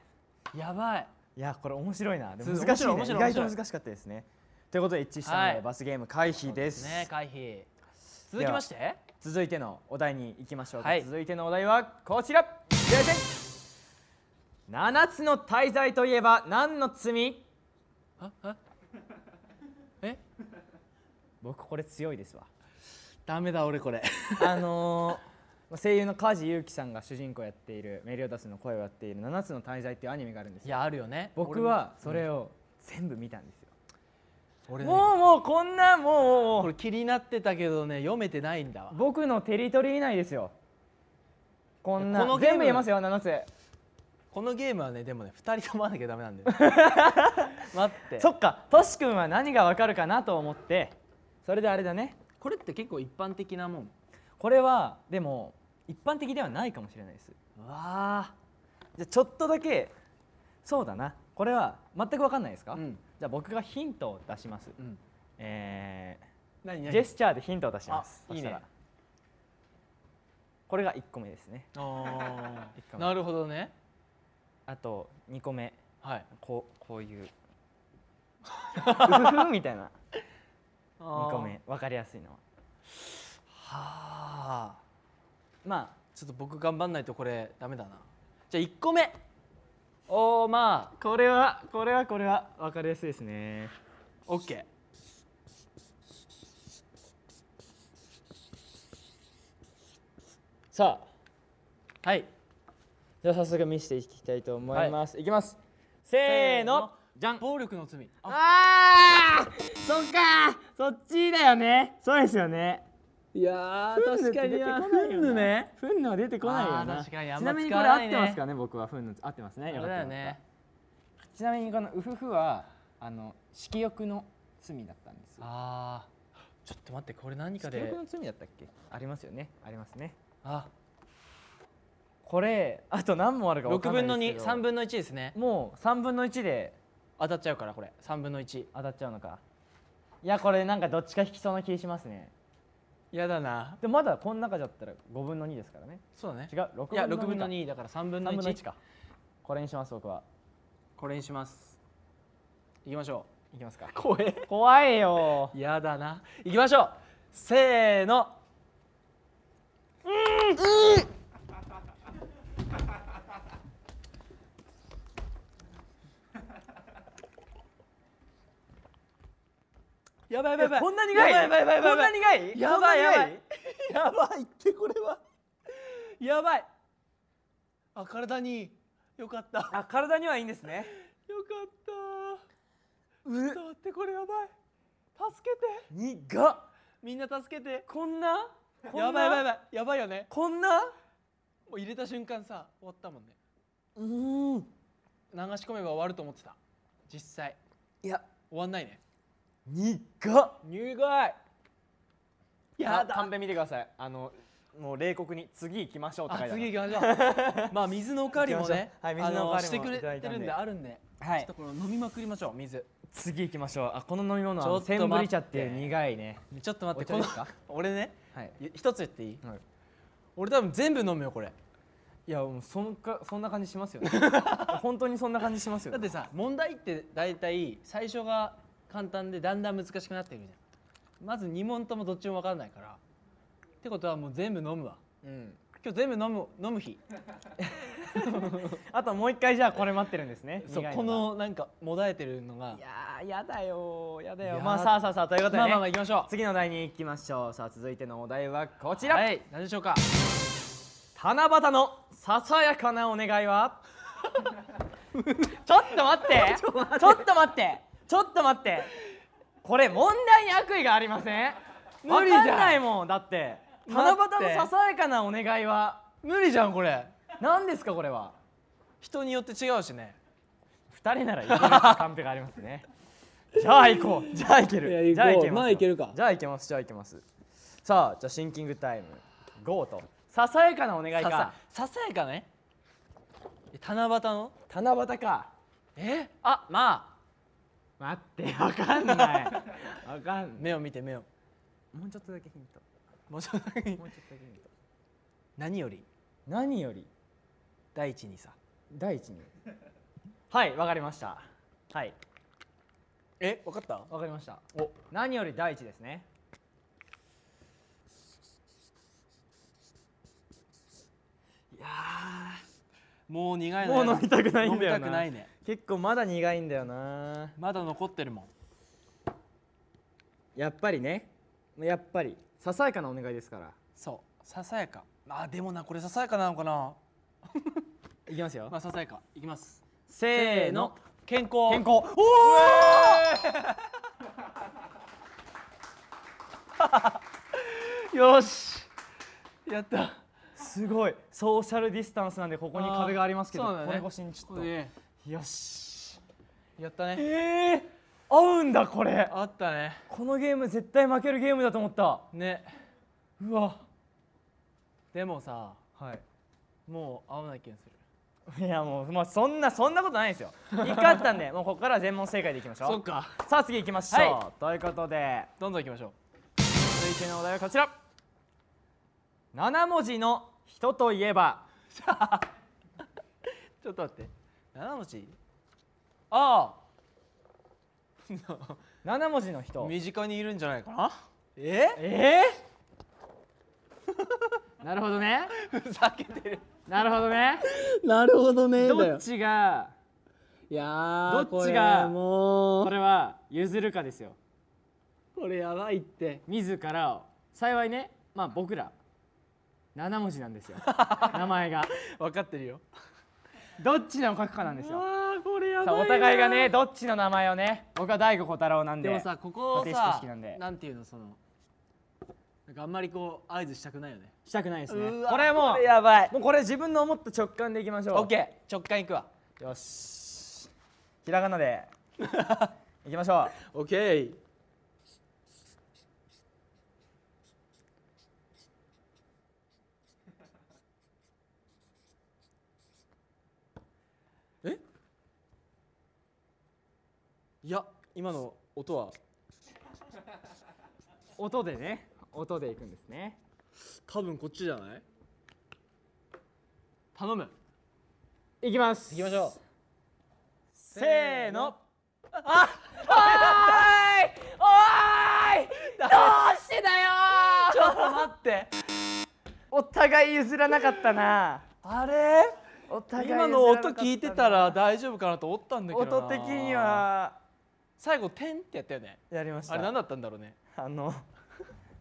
Speaker 2: やばい
Speaker 1: いやこれ面白いなでも
Speaker 2: そう
Speaker 1: 難しいね
Speaker 2: 面
Speaker 1: 意
Speaker 2: 白い面白い
Speaker 1: 外と難しかったですねということで一致したので、
Speaker 2: はい
Speaker 1: 罰ゲーム回避です
Speaker 2: そうね回避続きまして
Speaker 1: 続いてのお題に行きましょうか、
Speaker 2: はい
Speaker 1: 続いてのお題はこちらじゃじゃん7つの大罪といえば何の罪
Speaker 2: ああえ
Speaker 1: 僕これ強い ですわ
Speaker 2: ダメだ俺これ
Speaker 1: あのー声優の梶裕貴さんが主人公やっているメリオダスの声をやっている「7つの大罪」っていうアニメがあるんです
Speaker 2: い
Speaker 1: よ
Speaker 2: やあるよね
Speaker 1: 僕はそれを全部見たんですよ、
Speaker 2: 俺ね
Speaker 1: もうもうこんな もう
Speaker 2: こ
Speaker 1: もう
Speaker 2: れ気になってたけどね読めてないんだわ
Speaker 1: 僕のテリトリー内ですよこんな
Speaker 2: このゲーム
Speaker 1: 全部言えますよ7つ
Speaker 2: このゲームはねでもね2人ともわなきゃダメなんだ よ待って
Speaker 1: そっかトシ君は何がわかるかなと思ってそれであれだね
Speaker 2: これって結構一般的なもん
Speaker 1: これはでも一般的ではないかもしれないです
Speaker 2: うわ
Speaker 1: じゃあちょっとだけそうだなこれは全くわかんないですか、
Speaker 2: うん
Speaker 1: じゃあ僕がヒントを出します、
Speaker 2: うん
Speaker 1: え
Speaker 2: 何
Speaker 1: ー
Speaker 2: 何
Speaker 1: ジェスチャーでヒントを出します
Speaker 2: あ
Speaker 1: そしたら
Speaker 2: いいね
Speaker 1: これが1個目ですね
Speaker 2: あ
Speaker 1: 一
Speaker 2: ー
Speaker 1: 個目
Speaker 2: なるほどね
Speaker 1: あと2個目
Speaker 2: はい
Speaker 1: こうこう いううふふみたいな
Speaker 2: あー
Speaker 1: 2個目わかりやすいのは
Speaker 2: はあ
Speaker 1: まあ
Speaker 2: ちょっと僕頑張んないとこれダメだなじゃあ1個目おおまあ
Speaker 1: これはこれはこれは分かりやすいですね
Speaker 2: OK
Speaker 1: さあ
Speaker 2: はい
Speaker 1: じゃあ早速見せていきたいと思います、い、きますせーのじゃん
Speaker 2: 暴力の罪あ
Speaker 1: あーそっかそっちだよねそうですよね
Speaker 2: いや
Speaker 1: フンヌねフンヌは出てこないよな
Speaker 2: あー確かにあん
Speaker 1: ち
Speaker 2: ま
Speaker 1: なみに
Speaker 2: 使
Speaker 1: こ
Speaker 2: わ
Speaker 1: れ
Speaker 2: な
Speaker 1: 合
Speaker 2: いね
Speaker 1: ってますかね僕はフンヌ合ってますね
Speaker 2: あ
Speaker 1: よかっ
Speaker 2: れ
Speaker 1: た
Speaker 2: だよ
Speaker 1: よか
Speaker 2: ね
Speaker 1: ったちなみにこのウフフはあの色欲の罪だったんですよ
Speaker 2: あーちょっと待ってこれ何か
Speaker 1: 色
Speaker 2: で
Speaker 1: 欲の罪だったっけありますよねありますね
Speaker 2: あ
Speaker 1: これあと何問あるか分
Speaker 2: 6
Speaker 1: かんない
Speaker 2: 分の
Speaker 1: ですけど
Speaker 2: 23分の1ですね
Speaker 1: もう3分の1で
Speaker 2: 当たっちゃうからこれ3分の1
Speaker 1: 当たっちゃうのかいやこれなんかどっちか引きそうな気しますね
Speaker 2: やだな
Speaker 1: でもまだこの中だったら5分の2ですからね
Speaker 2: そうだね
Speaker 1: 違う6分の2
Speaker 2: いや6分の2だから3分の
Speaker 1: 3
Speaker 2: 1,
Speaker 1: 分の1かこれにします僕は
Speaker 2: これにしますいきましょ
Speaker 1: いきますか
Speaker 2: う怖え
Speaker 1: 怖いよ
Speaker 2: やだな行きましょうせーのやばいやばいやばい
Speaker 1: こんな苦い
Speaker 2: やばいやばいやばい
Speaker 1: こんな苦い
Speaker 2: やばい
Speaker 1: そ
Speaker 2: や
Speaker 1: んな苦
Speaker 2: ばいやばいってこれはやばいあ体にいいよかったよかっ
Speaker 1: あ体にはいいんですね
Speaker 2: たちょっと待ってこれやばい助けて
Speaker 1: 苦っ
Speaker 2: みんな助けて
Speaker 1: こんなこんな
Speaker 2: やばいやばいやばいやばいよね
Speaker 1: こんな
Speaker 2: もう入れた瞬間さ終わったもんね
Speaker 1: うーん
Speaker 2: 流し込めば終わると思ってた実際
Speaker 1: いや
Speaker 2: 終わんないね
Speaker 1: 苦っ
Speaker 2: 苦いや
Speaker 1: あカン
Speaker 2: だ
Speaker 1: ペ見てくださいあのもう冷酷に次行きましょうって書
Speaker 2: あ
Speaker 1: いてある
Speaker 2: 次行きましょう まあ水のおかわりもね、
Speaker 1: 行きましょうはい水のおかわりも
Speaker 2: あしてくれてるん
Speaker 1: いただいたん
Speaker 2: で
Speaker 1: で
Speaker 2: あるんで、
Speaker 1: は
Speaker 2: ちょっ
Speaker 1: い
Speaker 2: とこの飲みまくりましょう水
Speaker 1: 次行きましょうあこの飲み物はあの
Speaker 2: ちょっと待って
Speaker 1: センブリ茶っていう苦いね
Speaker 2: ちょっと待って
Speaker 1: お
Speaker 2: こ
Speaker 1: 茶
Speaker 2: の
Speaker 1: ですか
Speaker 2: 俺ね
Speaker 1: はい
Speaker 2: い一つ言っていい
Speaker 1: はい
Speaker 2: 俺多分全部飲むよこれ
Speaker 1: いやもうそんかそんな感じします よね本当にそんな感じしますよ
Speaker 2: だ
Speaker 1: ね
Speaker 2: ってさ問題って大体最初が簡単でだんだん難しくなっていくじゃんまず2問ともどっちも分からないからってことはもう全部飲むわ
Speaker 1: うん、
Speaker 2: 今日全部飲む飲む日
Speaker 1: あともう一回じゃあこれ待ってるんですね
Speaker 2: そう
Speaker 1: 苦い
Speaker 2: こ
Speaker 1: が
Speaker 2: のなんかもだえてるのが
Speaker 1: いやーやだよーやだよ
Speaker 2: いやー
Speaker 1: まあさあさあさあということで、ね
Speaker 2: まあまあまあ行きましょ
Speaker 1: 次の題に行きましょうさあ続いてのお題はこち
Speaker 2: う
Speaker 1: ら、
Speaker 2: はい何でしょうか
Speaker 1: 七夕のささやかなお願いは ちょっと待ってちょっと待ってちょっと待ってこれ問題に悪意がありません
Speaker 2: 無理じゃ
Speaker 1: わ
Speaker 2: ん
Speaker 1: かんないもんだって七
Speaker 2: 待って
Speaker 1: 夕のささやかなお願いは
Speaker 2: 無理じゃんこれ
Speaker 1: 何ですかこれは
Speaker 2: 人によって違うしね
Speaker 1: 二人ならいけるカンペがありますね じゃあ行こうじゃあ行ける
Speaker 2: いや行こう
Speaker 1: じゃあ行けます
Speaker 2: まあ行けるか
Speaker 1: じゃあ行けますじゃあ行けますさあじゃあシンキングタイム GO とささやかなお願い
Speaker 2: ささ
Speaker 1: か
Speaker 2: ささやかねえ七夕の
Speaker 1: 七夕か
Speaker 2: えあま
Speaker 1: 待ってわかんないわか
Speaker 2: あ
Speaker 1: んない
Speaker 2: 目を見て目を
Speaker 1: もうちょっとだけヒント
Speaker 2: もうちょっとだけ
Speaker 1: もうちょっとだけヒント
Speaker 2: 何より
Speaker 1: 何より
Speaker 2: 第一にさ
Speaker 1: 第一にはいわかりましたはい
Speaker 2: え分かった
Speaker 1: わかりました
Speaker 2: お
Speaker 1: 何より第一ですね
Speaker 2: いやーもう苦いの
Speaker 1: も
Speaker 2: や
Speaker 1: う
Speaker 2: だ
Speaker 1: 飲みたくないんだよな
Speaker 2: 飲みたくないね
Speaker 1: 結構まだ苦いんだよな
Speaker 2: まだ残ってるもん
Speaker 1: やっぱりねやっぱりささやかなお願いですから
Speaker 2: そうささやかあでもなこれささやかなのかない
Speaker 1: きますよ
Speaker 2: まあささやかいきます
Speaker 1: せーの
Speaker 2: 健康
Speaker 1: 健康
Speaker 2: おおよしやった
Speaker 1: すごいソーシャルディスタンスなんでここに壁がありますけど、
Speaker 2: あーそうだね
Speaker 1: これ越しにちょっと、
Speaker 2: ね
Speaker 1: よし
Speaker 2: やったね
Speaker 1: えー、合うんだこれ
Speaker 2: あったね
Speaker 1: このゲーム絶対負けるゲームだと思った
Speaker 2: ね
Speaker 1: うわ
Speaker 2: でもさ
Speaker 1: はい
Speaker 2: もう合わない気がする
Speaker 1: いやもう、まあ、そんなそんなことないですよ一回あったん でもうここからは全問正解でいきましょう
Speaker 2: か
Speaker 1: さあ次行きましょう、
Speaker 2: は
Speaker 1: ということで
Speaker 2: どんどんいきましょ
Speaker 1: 続いてのお題はこちら7文字の人といえば
Speaker 2: うちょっと待って七文字 あ
Speaker 1: 7文字の
Speaker 2: あ
Speaker 1: 人
Speaker 2: 身近にいるんじゃないかなえ
Speaker 1: えー、 なるほどね
Speaker 2: ふざけてる
Speaker 1: なるほどね
Speaker 2: なるほどね
Speaker 1: どっちが
Speaker 2: いやー
Speaker 1: どっちが
Speaker 2: これも
Speaker 1: こ
Speaker 2: う
Speaker 1: れは譲るかですよ
Speaker 2: これやばいって
Speaker 1: 自らを幸いねまあ僕ら7文字なん ですよ名前が
Speaker 2: 分かってるよ
Speaker 1: どっちのを書くかなんですよ
Speaker 2: あーこれや
Speaker 1: さあ
Speaker 2: ばい
Speaker 1: お互いがねどっちの名前をね僕は大悟小太郎なんで
Speaker 2: でもさここを
Speaker 1: 固定式
Speaker 2: さ
Speaker 1: 式なんで
Speaker 2: なんていうのそのなんかあんまりこう合図したくないよね
Speaker 1: したくないですね
Speaker 2: うわ
Speaker 1: これはもう
Speaker 2: やばい
Speaker 1: もうこれ自分の思った直感でいきましょう
Speaker 2: オッケー直感いくわ
Speaker 1: よしひらがな でいきましょう
Speaker 2: オッケーえいや今の音は
Speaker 1: 音でね音でいくんですね
Speaker 2: 多分こっちじゃない頼む
Speaker 1: いきます
Speaker 2: 行きましょう
Speaker 1: せーの
Speaker 2: どうしてだよちょっと待って
Speaker 1: お互い譲らなかったな
Speaker 2: あれ
Speaker 1: お互い譲らな
Speaker 2: 今の
Speaker 1: か
Speaker 2: 音
Speaker 1: ったな
Speaker 2: 聞いてたら大丈夫かなと思ったんだけどな
Speaker 1: 音的には
Speaker 2: 最後「てん」ってやったよね
Speaker 1: やりました
Speaker 2: あれ何だったんだろうね
Speaker 1: あの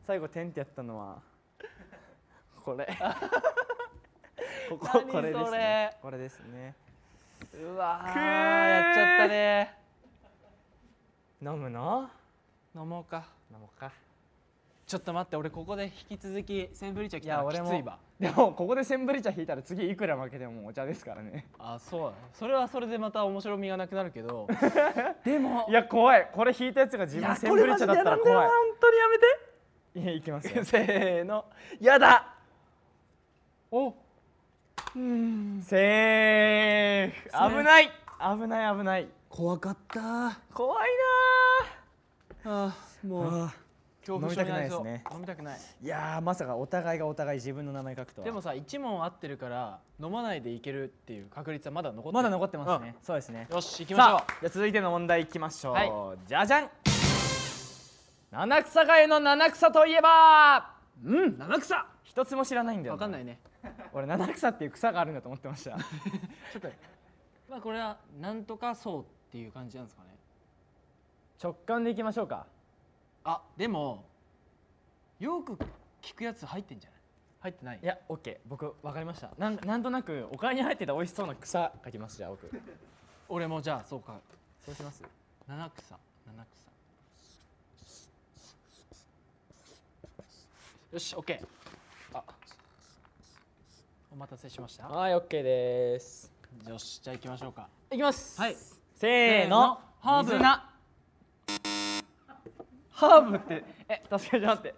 Speaker 1: 最後点ってやったのはこれここ
Speaker 2: 何
Speaker 1: これです
Speaker 2: そ
Speaker 1: ね
Speaker 2: れ
Speaker 1: これですね
Speaker 2: うわ
Speaker 1: く
Speaker 2: ー
Speaker 1: ー
Speaker 2: やっちゃったね
Speaker 1: 飲むの
Speaker 2: 飲もうか
Speaker 1: 飲もうか
Speaker 2: ちょっと待って俺ここで引き続きセンブリ茶来
Speaker 1: い
Speaker 2: た
Speaker 1: や
Speaker 2: ら
Speaker 1: 俺
Speaker 2: き
Speaker 1: も
Speaker 2: ついわ
Speaker 1: でもここでセンブリ茶引いたら次いくら負けてもお茶ですからね
Speaker 2: あそうだねそれはそれでまた面白みがなくなるけど でも
Speaker 1: いや怖いこれ引いたやつが自分センブリ茶だったら怖い
Speaker 2: 本当にやめて
Speaker 1: いやいきます よ
Speaker 2: せーのやだお
Speaker 1: セーフ危ない危ない危ない
Speaker 2: 怖かったあ
Speaker 1: 怖い
Speaker 2: ー
Speaker 1: な
Speaker 2: もう
Speaker 1: あ
Speaker 2: 恐怖症にり
Speaker 1: 飲
Speaker 2: そう
Speaker 1: みたくないですね
Speaker 2: 飲みたくない
Speaker 1: いやーまさかお互いがお互い自分の名前書くとは
Speaker 2: でもさ1問合ってるから飲まないでいけるっていう確率はまだ残ってる
Speaker 1: まだ残ってますね、そうですね
Speaker 2: うんよし行きましょ
Speaker 1: さあじゃあ続いての問題いきましょう、
Speaker 2: はい
Speaker 1: じゃじゃん七草がゆの七草といえば
Speaker 2: うん七草
Speaker 1: 一つも知らないんだよ
Speaker 2: わかんないね
Speaker 1: 俺七草っていう草があるんだと思ってました
Speaker 2: ちょっとまあこれはなんとかそうっていう感じなんですかね
Speaker 1: 直感でいきましょうか
Speaker 2: あでもよく聞くやつ入ってんじゃない入ってない
Speaker 1: いやオッケー僕分かりましたなんなんとなくお金に入ってた美味しそうな草書きますじゃあ僕
Speaker 2: 俺もじゃあそうか
Speaker 1: そうします
Speaker 2: 七草七草よしオッケーあお待たせしました
Speaker 1: はいオッケーです
Speaker 2: よしじゃあ行きましょうか
Speaker 1: いきます
Speaker 2: はい
Speaker 1: せーの
Speaker 2: ハーブ
Speaker 1: 水菜ハーブってえ確かにちょっと待って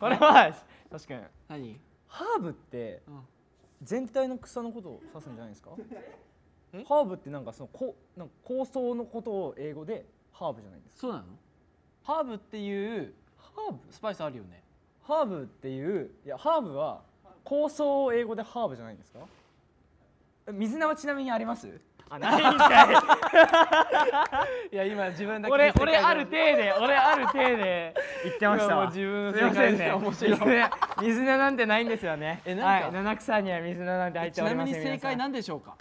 Speaker 1: これは確かに
Speaker 2: 何
Speaker 1: ハーブって
Speaker 2: うん
Speaker 1: 全体の草のことを指すんじゃないですか
Speaker 2: え
Speaker 1: ハーブってなんかそのこなんか構想のことを英語でハーブじゃないですか
Speaker 2: そうなのハーブっていう
Speaker 1: ハーブ
Speaker 2: スパイスあるよね
Speaker 1: ハーブっていういやハーブは構想を英語でハーブじゃないんですかえ水菜はちなみにありますあないんかい
Speaker 2: いや今自分だ
Speaker 1: 俺俺ある体で俺ある体で言ってました
Speaker 2: 今も
Speaker 1: わ
Speaker 2: う自分の
Speaker 1: すいませんね
Speaker 2: 正解で面白い
Speaker 1: 水菜水菜なんてないんですよね
Speaker 2: えなんか
Speaker 1: はい、七草には水菜なんて入っ
Speaker 2: ち
Speaker 1: てお
Speaker 2: な
Speaker 1: りま
Speaker 2: み
Speaker 1: せん
Speaker 2: に正解
Speaker 1: 皆さん
Speaker 2: なんでしょうか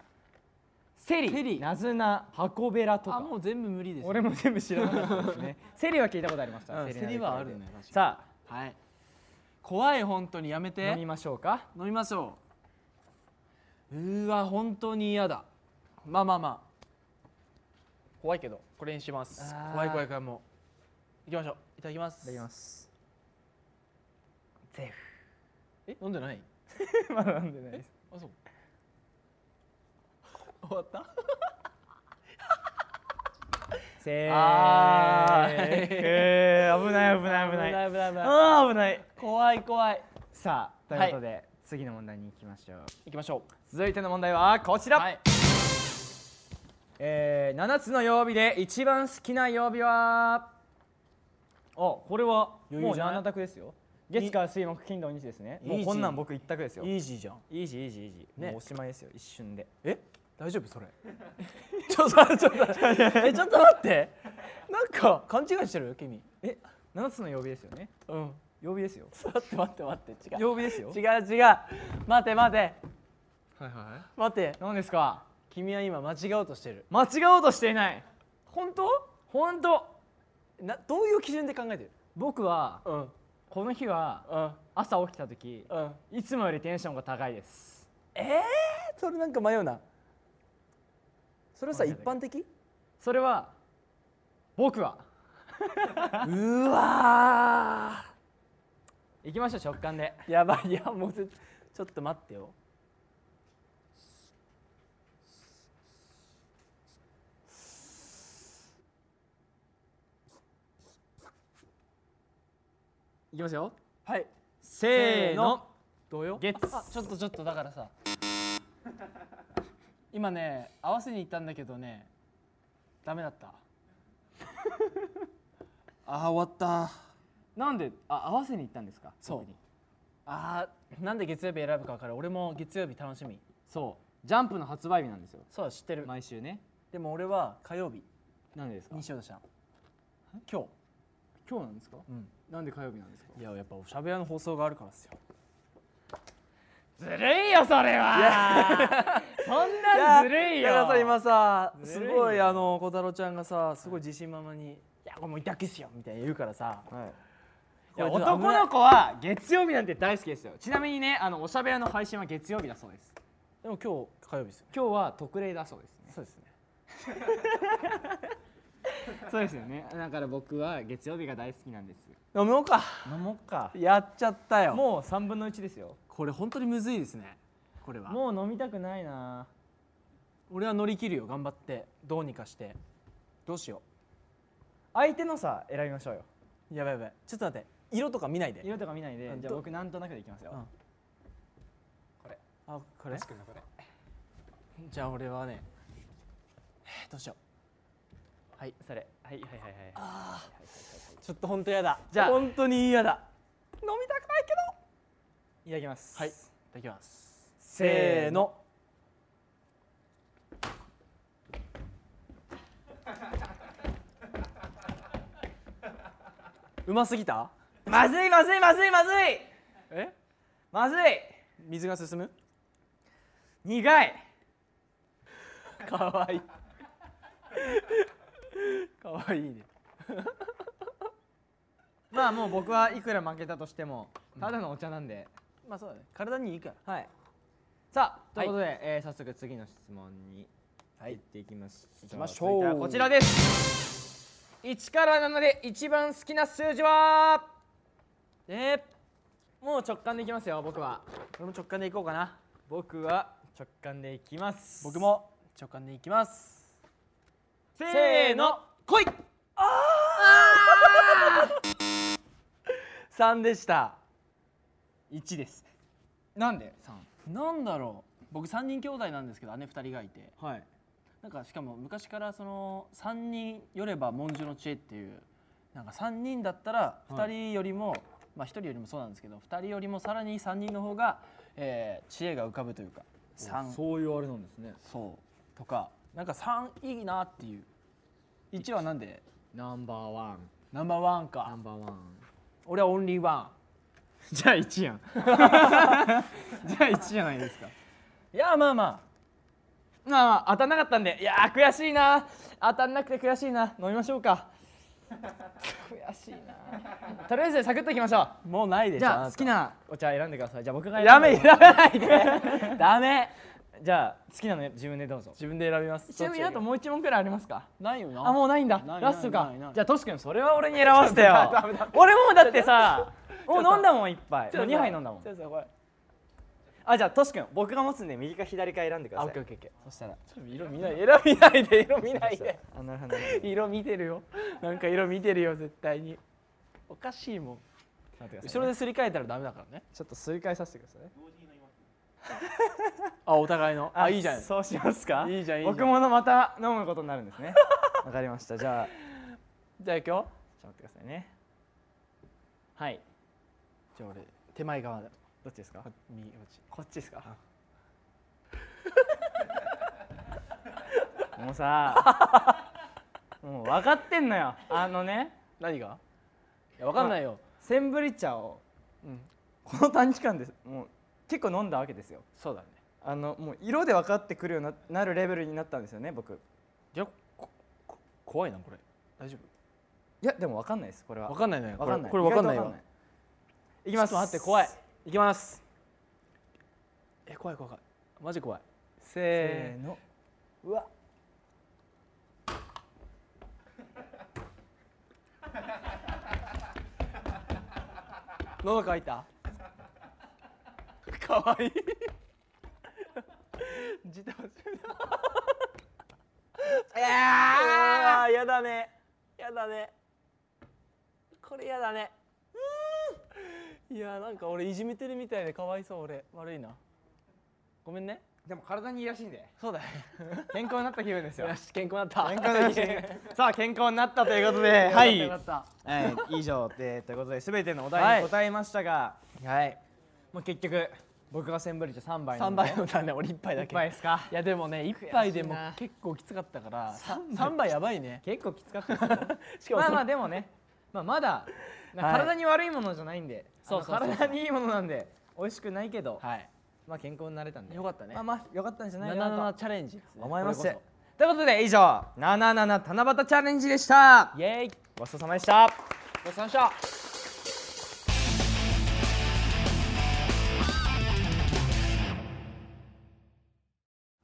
Speaker 1: セリ
Speaker 2: セリ
Speaker 1: ナズナ箱べらと
Speaker 2: あ
Speaker 1: か
Speaker 2: もう全部無理ですね
Speaker 1: 俺も全部知らなかった ですねセリは聞いたことありました、
Speaker 2: うん
Speaker 1: なり
Speaker 2: セリはあるね確か
Speaker 1: さ
Speaker 2: はい怖い本当にやめ
Speaker 1: あ
Speaker 2: て
Speaker 1: 飲みましょうか
Speaker 2: 飲みましょううーわ本当に嫌だまあまあまあ怖いけどこれにします
Speaker 1: あー
Speaker 2: 怖い怖い怖いもういきましょういただきます
Speaker 1: いただきますゼ
Speaker 2: え飲んでない
Speaker 1: フ まだ飲んでないです
Speaker 2: あそう 終わった
Speaker 1: せ
Speaker 2: あー
Speaker 1: ーえー危ない危ない危ない
Speaker 2: 危ない危ない
Speaker 1: あー危ない
Speaker 2: 怖い怖い
Speaker 1: さあということで、次の問題に行きましょう
Speaker 2: いきましょ
Speaker 1: 続いての問題はこち
Speaker 2: う
Speaker 1: ら、
Speaker 2: はい
Speaker 1: えー、7つの曜日で一番好きな曜日はあこれは
Speaker 2: 余裕
Speaker 1: もう
Speaker 2: じゃない
Speaker 1: 7択ですよ月火水木金土日ですね
Speaker 2: イージー
Speaker 1: もうこんなん僕一択ですよ
Speaker 2: イージーじゃん
Speaker 1: イージーイージーイージー、
Speaker 2: ね
Speaker 1: もうおしまいですよ一瞬で
Speaker 2: え大丈夫それ ちょっと待ってちょっと待ってえちょっと待ってなんか勘違いしてる君
Speaker 1: え7つの曜日ですよね
Speaker 2: うん
Speaker 1: 曜日ですよ
Speaker 2: 待って待って待って違う
Speaker 1: 曜日ですよ
Speaker 2: 違う違う待て待
Speaker 1: は
Speaker 2: て
Speaker 1: いはい
Speaker 2: 待て
Speaker 1: 何ですか
Speaker 2: 君は今間違おうとしてる
Speaker 1: 間違おうとしていない
Speaker 2: 本当
Speaker 1: 本当
Speaker 2: などういう基準で考えてる
Speaker 1: 僕は
Speaker 2: うんうん
Speaker 1: この日は朝起きた時
Speaker 2: うん
Speaker 1: いつもよりテンションが高いです
Speaker 2: ええそれなんか迷うなそれさ
Speaker 1: ごめ
Speaker 2: 一
Speaker 1: んなさ
Speaker 2: 般的
Speaker 1: それは僕は
Speaker 2: うわ
Speaker 1: 行きましょう直感で
Speaker 2: ーやばいいやもうぜちょっと待ってよ
Speaker 1: 行きますよ
Speaker 2: はい
Speaker 1: せーの
Speaker 2: どうよ
Speaker 1: 月
Speaker 2: あちょっとちょっとだからさ今ね合わせに行ったんだけどねダメだったあー終わった
Speaker 1: なんであ合わせに行ったんですか
Speaker 2: そう
Speaker 1: 僕に
Speaker 2: あーなんで月曜日選ぶか分からん俺も月曜日楽しみ
Speaker 1: そうジャンプの発売日なんですよ
Speaker 2: そう知ってる、
Speaker 1: 毎週ね
Speaker 2: でも俺は火曜日
Speaker 1: なんでですか
Speaker 2: にしようとした今
Speaker 1: 今日なんですか
Speaker 2: 日、うん、
Speaker 1: なんで火曜日なんですか
Speaker 2: いややっぱおしゃべりの放送があるからですよ
Speaker 1: ずるいよそれはそんなんずるいよ
Speaker 2: だからさ今さ
Speaker 1: ず
Speaker 2: す
Speaker 1: るいよ
Speaker 2: ごいあの小太郎ちゃんがさすごい自信満々に「いやこれもういたっけっすよ」みたいな言うからさ
Speaker 1: はいい
Speaker 2: こ
Speaker 1: や
Speaker 2: れちょっと
Speaker 1: 男
Speaker 2: 危ない
Speaker 1: の子は月曜日なんて大好きですよちなみにねあのおしゃべりの配信は月曜日だそうです
Speaker 2: でも今日火曜日ですよね
Speaker 1: 今日は特例だそうですね
Speaker 2: そうですね
Speaker 1: そうですよねだから僕は月曜日が大好きなんです
Speaker 2: 飲もうか
Speaker 1: 飲もうか
Speaker 2: やっちゃったよ
Speaker 1: もう3分の1ですよ
Speaker 2: これ本当にむずいですねこれは
Speaker 1: もう飲みたくないな
Speaker 2: 俺は乗り切るよ頑張ってどうにかしてどうしよ
Speaker 1: 相手のさ選びましょうよ
Speaker 2: うやばいやばいちょっと待って色とか見ないで
Speaker 1: 色とか見ないで
Speaker 2: うん
Speaker 1: じゃあ僕なんとなくでいきますよ、
Speaker 2: うん
Speaker 1: これ
Speaker 2: あこれ
Speaker 1: これ
Speaker 2: じゃあ俺はねえーどうしよ
Speaker 1: はいそれはいはいはいはいは
Speaker 2: うちょっと本当やだ
Speaker 1: じゃあ
Speaker 2: 本当に嫌だ飲みたくないけど
Speaker 1: いいただきます
Speaker 2: はいいただきます
Speaker 1: せーの
Speaker 2: うますぎた
Speaker 1: まずいまずいまずいまずい
Speaker 2: え
Speaker 1: まずい
Speaker 2: 水が進む
Speaker 1: 苦い
Speaker 2: かわいい かわいいね
Speaker 1: まあもう僕はいくら負けたとしてもただのお茶なんで、
Speaker 2: まあそうだね体にいいから
Speaker 1: はいさあと
Speaker 2: はいいう
Speaker 1: ことで、えー早速次の質問に
Speaker 2: は
Speaker 1: 入っ
Speaker 2: い
Speaker 1: ていきましょう,、
Speaker 2: きましょう
Speaker 1: 続いてはこちらです1から7で一番好きな数字は
Speaker 2: え
Speaker 1: もう直感でいきますよ僕は
Speaker 2: ー、俺も直感でいこうかな
Speaker 1: 僕は直感でいきます
Speaker 2: 僕も直感でいきます
Speaker 1: せ
Speaker 2: せ
Speaker 1: ー
Speaker 2: ー
Speaker 1: の
Speaker 2: の来いああ3でした1です
Speaker 1: なんで
Speaker 2: なんだろう僕3人兄弟なんですけど姉2人がいて
Speaker 1: 3? はい
Speaker 2: なんかしかも昔からその3人よれば文殊の知恵っていうなんか3人だったら
Speaker 1: い
Speaker 2: 2人よりも、まあ1人よりもそうなんですけど2人よりもさらに3人の方が、えー知恵が浮かぶというか3そう
Speaker 1: そういうあれなんですね
Speaker 2: とかなんか3いいなっていう1はなんで
Speaker 1: ナンバーワン
Speaker 2: ナンバーワン
Speaker 1: ナ
Speaker 2: か
Speaker 1: ンバーワン
Speaker 2: 俺はオンリーワ
Speaker 1: じゃあ1やん じゃあ1じゃないですか
Speaker 2: ンいやまあま
Speaker 1: まあ当たんなかったんでいやー悔しいな当たんなくて悔しいな飲みましょうか悔しいなとりあえずサクッといきましょう
Speaker 2: あもうないでしょ
Speaker 1: じゃあ好
Speaker 2: た
Speaker 1: きなお茶選んでくださいじゃあ僕が
Speaker 2: やめ
Speaker 1: 選
Speaker 2: 選
Speaker 1: んで
Speaker 2: べないで ダメ
Speaker 1: じゃあ好きなの自分でどうぞ
Speaker 2: 自分で選びます
Speaker 1: ちなみにあと
Speaker 2: どっ
Speaker 1: もう一問くらいありますか
Speaker 2: ちがないよな
Speaker 1: あもうないんだ
Speaker 2: ない
Speaker 1: ラストか
Speaker 2: ないないない
Speaker 1: じゃあトシ君それは俺に選ばせてよ
Speaker 2: ダメダメダメ
Speaker 1: 俺もうだってさもう飲んだもん一杯もう2杯飲んだもん
Speaker 2: ちょっとさこれ
Speaker 1: あじゃあトシ君僕が持つんで右か左か選んでくだ
Speaker 2: あ
Speaker 1: さい
Speaker 2: オッケーオッケーオッケー
Speaker 1: そしたら
Speaker 2: ちょっと色見ない色見ないで色見ないで
Speaker 1: あなるほどなるほど
Speaker 2: 色見てるよなんか色見てるよ絶対におかしいもん
Speaker 1: 待ってくださ
Speaker 2: 後
Speaker 1: い
Speaker 2: ろ
Speaker 1: ね
Speaker 2: ですり替えたらダメだからね
Speaker 1: ちょっと数回させてください
Speaker 2: あお互いのあいいじゃん
Speaker 1: そうしますか
Speaker 2: いいじゃんいいじゃん
Speaker 1: 僕ものまた飲むことになるんですねわかりましたじゃあちょ
Speaker 2: じゃあ今日
Speaker 1: っと待ってくださいねはい
Speaker 2: じゃあ俺手前側だ
Speaker 1: どっちですか
Speaker 2: 右こっち
Speaker 1: こっちですかもうさ もう分かってんのよあのね
Speaker 2: 何がいやわかんないよ、
Speaker 1: センブリ茶を
Speaker 2: うん
Speaker 1: この短期間でもう結構飲んだわけですよ
Speaker 2: そうだね
Speaker 1: あのもう色で分かってくるようななるレベルになったんですよね僕
Speaker 2: いやここ怖いなこれ大丈
Speaker 1: いやでも分かんないですこれは
Speaker 2: 夫わかんないね
Speaker 1: 分
Speaker 2: これ
Speaker 1: かんない
Speaker 2: これわかんない
Speaker 1: 意外と
Speaker 2: わ
Speaker 1: 分いきます
Speaker 2: ちょっと待って怖いいきますえ怖い怖い怖いマジ怖い
Speaker 1: せーの
Speaker 2: うわ喉乾いた かわ いい自 動ああやだねやだねこれやだねいやなんか俺いじめてるみたいでかわいそう俺悪いなごめんね
Speaker 1: でも体にいいらしいんで
Speaker 2: そうだよ
Speaker 1: 健康になった気分ですよ
Speaker 2: よし健康だった
Speaker 1: 健康な気分さあ健康になったということで は
Speaker 2: はいい、は
Speaker 1: はい以上でということで全てのお題に答えましたが、
Speaker 2: い、
Speaker 1: もう結局僕がセンブリ茶3杯飲
Speaker 2: 三
Speaker 1: んで
Speaker 2: 杯飲んだね、俺一杯だ
Speaker 1: 1
Speaker 2: け。
Speaker 1: 杯
Speaker 2: い
Speaker 1: ですか
Speaker 2: やでもね、一杯で
Speaker 1: 悔しい
Speaker 2: も
Speaker 1: な
Speaker 2: 結構きつかったから、さ三杯やばいね。
Speaker 1: 結構きつかったですよ
Speaker 2: しか
Speaker 1: まあ
Speaker 2: もそれ、
Speaker 1: まあでもね、まあ、まだな
Speaker 2: はい
Speaker 1: 体に悪いものじゃないんで、あの
Speaker 2: そうそうそうそう
Speaker 1: 体にいいものなんで美味しくないけど、
Speaker 2: はい、
Speaker 1: まあ健康になれたんで
Speaker 2: よかったね
Speaker 1: まあまあよかったんじゃない
Speaker 2: 七
Speaker 1: かなと
Speaker 2: 七チャレンジですね。
Speaker 1: 思いまし
Speaker 2: これ
Speaker 1: て
Speaker 2: こと
Speaker 1: いうことで以上「77七夕チャレンジ」でした
Speaker 2: そイエーイ、
Speaker 1: ごちそうさまでした
Speaker 2: ごちそうさまでした。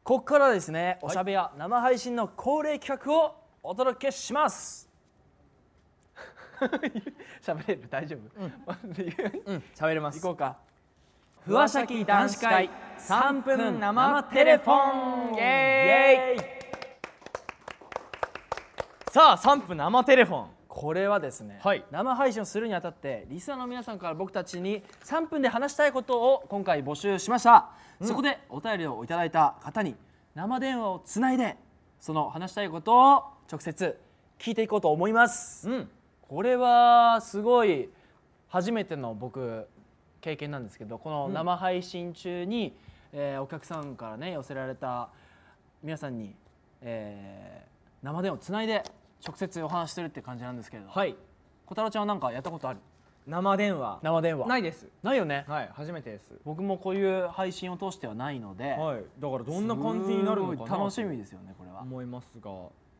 Speaker 2: ここからはですね、おしゃべや生配信の恒例企画をお届けします。喋れる大丈夫、
Speaker 1: うん喋れます
Speaker 2: 行こうか
Speaker 1: ふわしゃき男子会3分生テレフォンイエ
Speaker 2: イエーイ
Speaker 1: さあ3分生テレフォン
Speaker 2: これはですね、
Speaker 1: はい
Speaker 2: 生配信をするにあたってリスナーの皆さんから僕たちに3分で話したいことを今回募集しました、そこでお便りをいただいた方に生電話をつないでその話したいことを直接聞いていこうと思います、
Speaker 1: うん
Speaker 2: これはすごい初めての僕経験なんですけどこの生配信中に、えーお客さんからね寄せられた皆さんに、えー生電話をつないで直接お話しするっていう感じなんですけれど、
Speaker 1: はい
Speaker 2: 小太郎ちゃんはなんかやったことある
Speaker 1: 生電話
Speaker 2: 生電話
Speaker 1: ないいです
Speaker 2: ないよね
Speaker 1: はい初めてです
Speaker 2: 僕もこういう配信を通してはないので、
Speaker 1: はいだからどんな感じになるのか
Speaker 2: す
Speaker 1: な
Speaker 2: ごい楽しみですよねこれは、
Speaker 1: 思いますが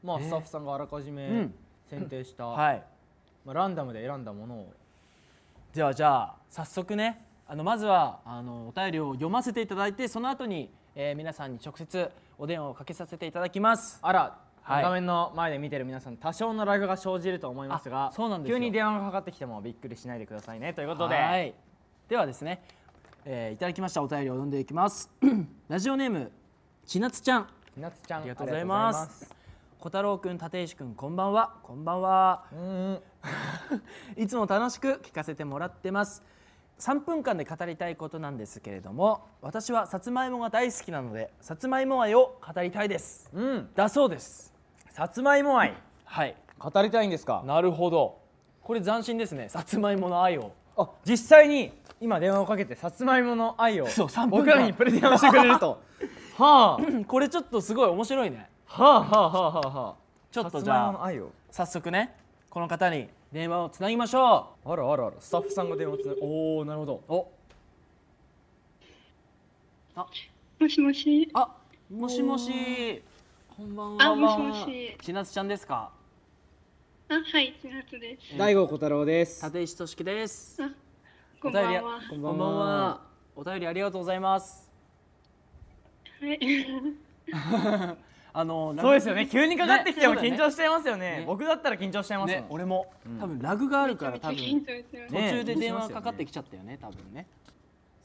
Speaker 1: まあ
Speaker 2: えー
Speaker 1: スタッフさんがあらかじ
Speaker 2: う
Speaker 1: め
Speaker 2: ん
Speaker 1: 選定した
Speaker 2: はい
Speaker 1: まあランダムで選んだものを
Speaker 2: ではじゃあ早速ねあのまずはあのお便りを読ませていただいてその後に、えー皆さんに直接お電話をかけさせていただきます
Speaker 1: あら、
Speaker 2: はい
Speaker 1: 画面の前で見てる皆さん多少のラグが生じると思いますが
Speaker 2: あそうなんですよ
Speaker 1: 急に電話がかかってきてもびっくりしないでくださいねということで
Speaker 2: はいではですね、えーいただきましたお便りを読んでいきます ラジオネームちなつちゃん
Speaker 1: ひなつちゃん
Speaker 2: ありがとうございます小太郎くん立石くんこんばんはこんばん
Speaker 1: あ
Speaker 2: は
Speaker 1: りがとうございます
Speaker 2: いつも楽しく聞かせてもらってます3分間で語りたいことなんですけれども私はさつまいもが大好きなのでさつまいも愛を語りたいです
Speaker 1: うんうん
Speaker 2: だそうです
Speaker 1: さつまいも愛
Speaker 2: はい
Speaker 1: 語りたいんですか
Speaker 2: なるほどこれ斬新ですねさつまいもの愛を
Speaker 1: あ実際に今電話をかけてさつまいもの愛を
Speaker 2: そう3分間
Speaker 1: 僕らにプレゼンをしてくれる とはあ
Speaker 2: これちょっとすごい面白いね
Speaker 1: はあはあはあはあは
Speaker 2: ちょっ
Speaker 1: あさ
Speaker 2: と
Speaker 1: つ
Speaker 2: じ
Speaker 1: まい
Speaker 2: ゃ
Speaker 1: も
Speaker 2: あ
Speaker 1: の愛を
Speaker 2: 早速ねこの方に電話をつなぎましょ
Speaker 1: あらあらあらスタッフさんが電話つなおおなるほど
Speaker 2: うお
Speaker 3: もしもし。
Speaker 2: あもしもしこんばんは
Speaker 3: あもしもし
Speaker 2: ちなつちゃんですか
Speaker 3: あ、はい、千夏です。
Speaker 1: 大吾小太郎です
Speaker 2: 立石俊樹です
Speaker 3: あ、こんばんは。は
Speaker 2: こ
Speaker 1: こ
Speaker 2: ん
Speaker 1: ん
Speaker 2: ば
Speaker 1: ば
Speaker 2: ん
Speaker 1: んは
Speaker 2: はお便りありがとうございます
Speaker 3: い。
Speaker 2: あの
Speaker 1: そうですよね急にかかってきても
Speaker 2: ねそ
Speaker 1: 緊
Speaker 2: うだね
Speaker 1: 張しちゃいますよね
Speaker 2: ね
Speaker 1: 僕だったら緊張しちゃいますもん、
Speaker 2: ね俺も、
Speaker 1: うん
Speaker 2: 多分ラグがあるから
Speaker 3: めちゃ
Speaker 2: 多
Speaker 3: めちゃ
Speaker 2: 分
Speaker 3: 緊張してます。
Speaker 2: 途中で
Speaker 1: ね
Speaker 2: 電話かかってきちゃったよね多分ね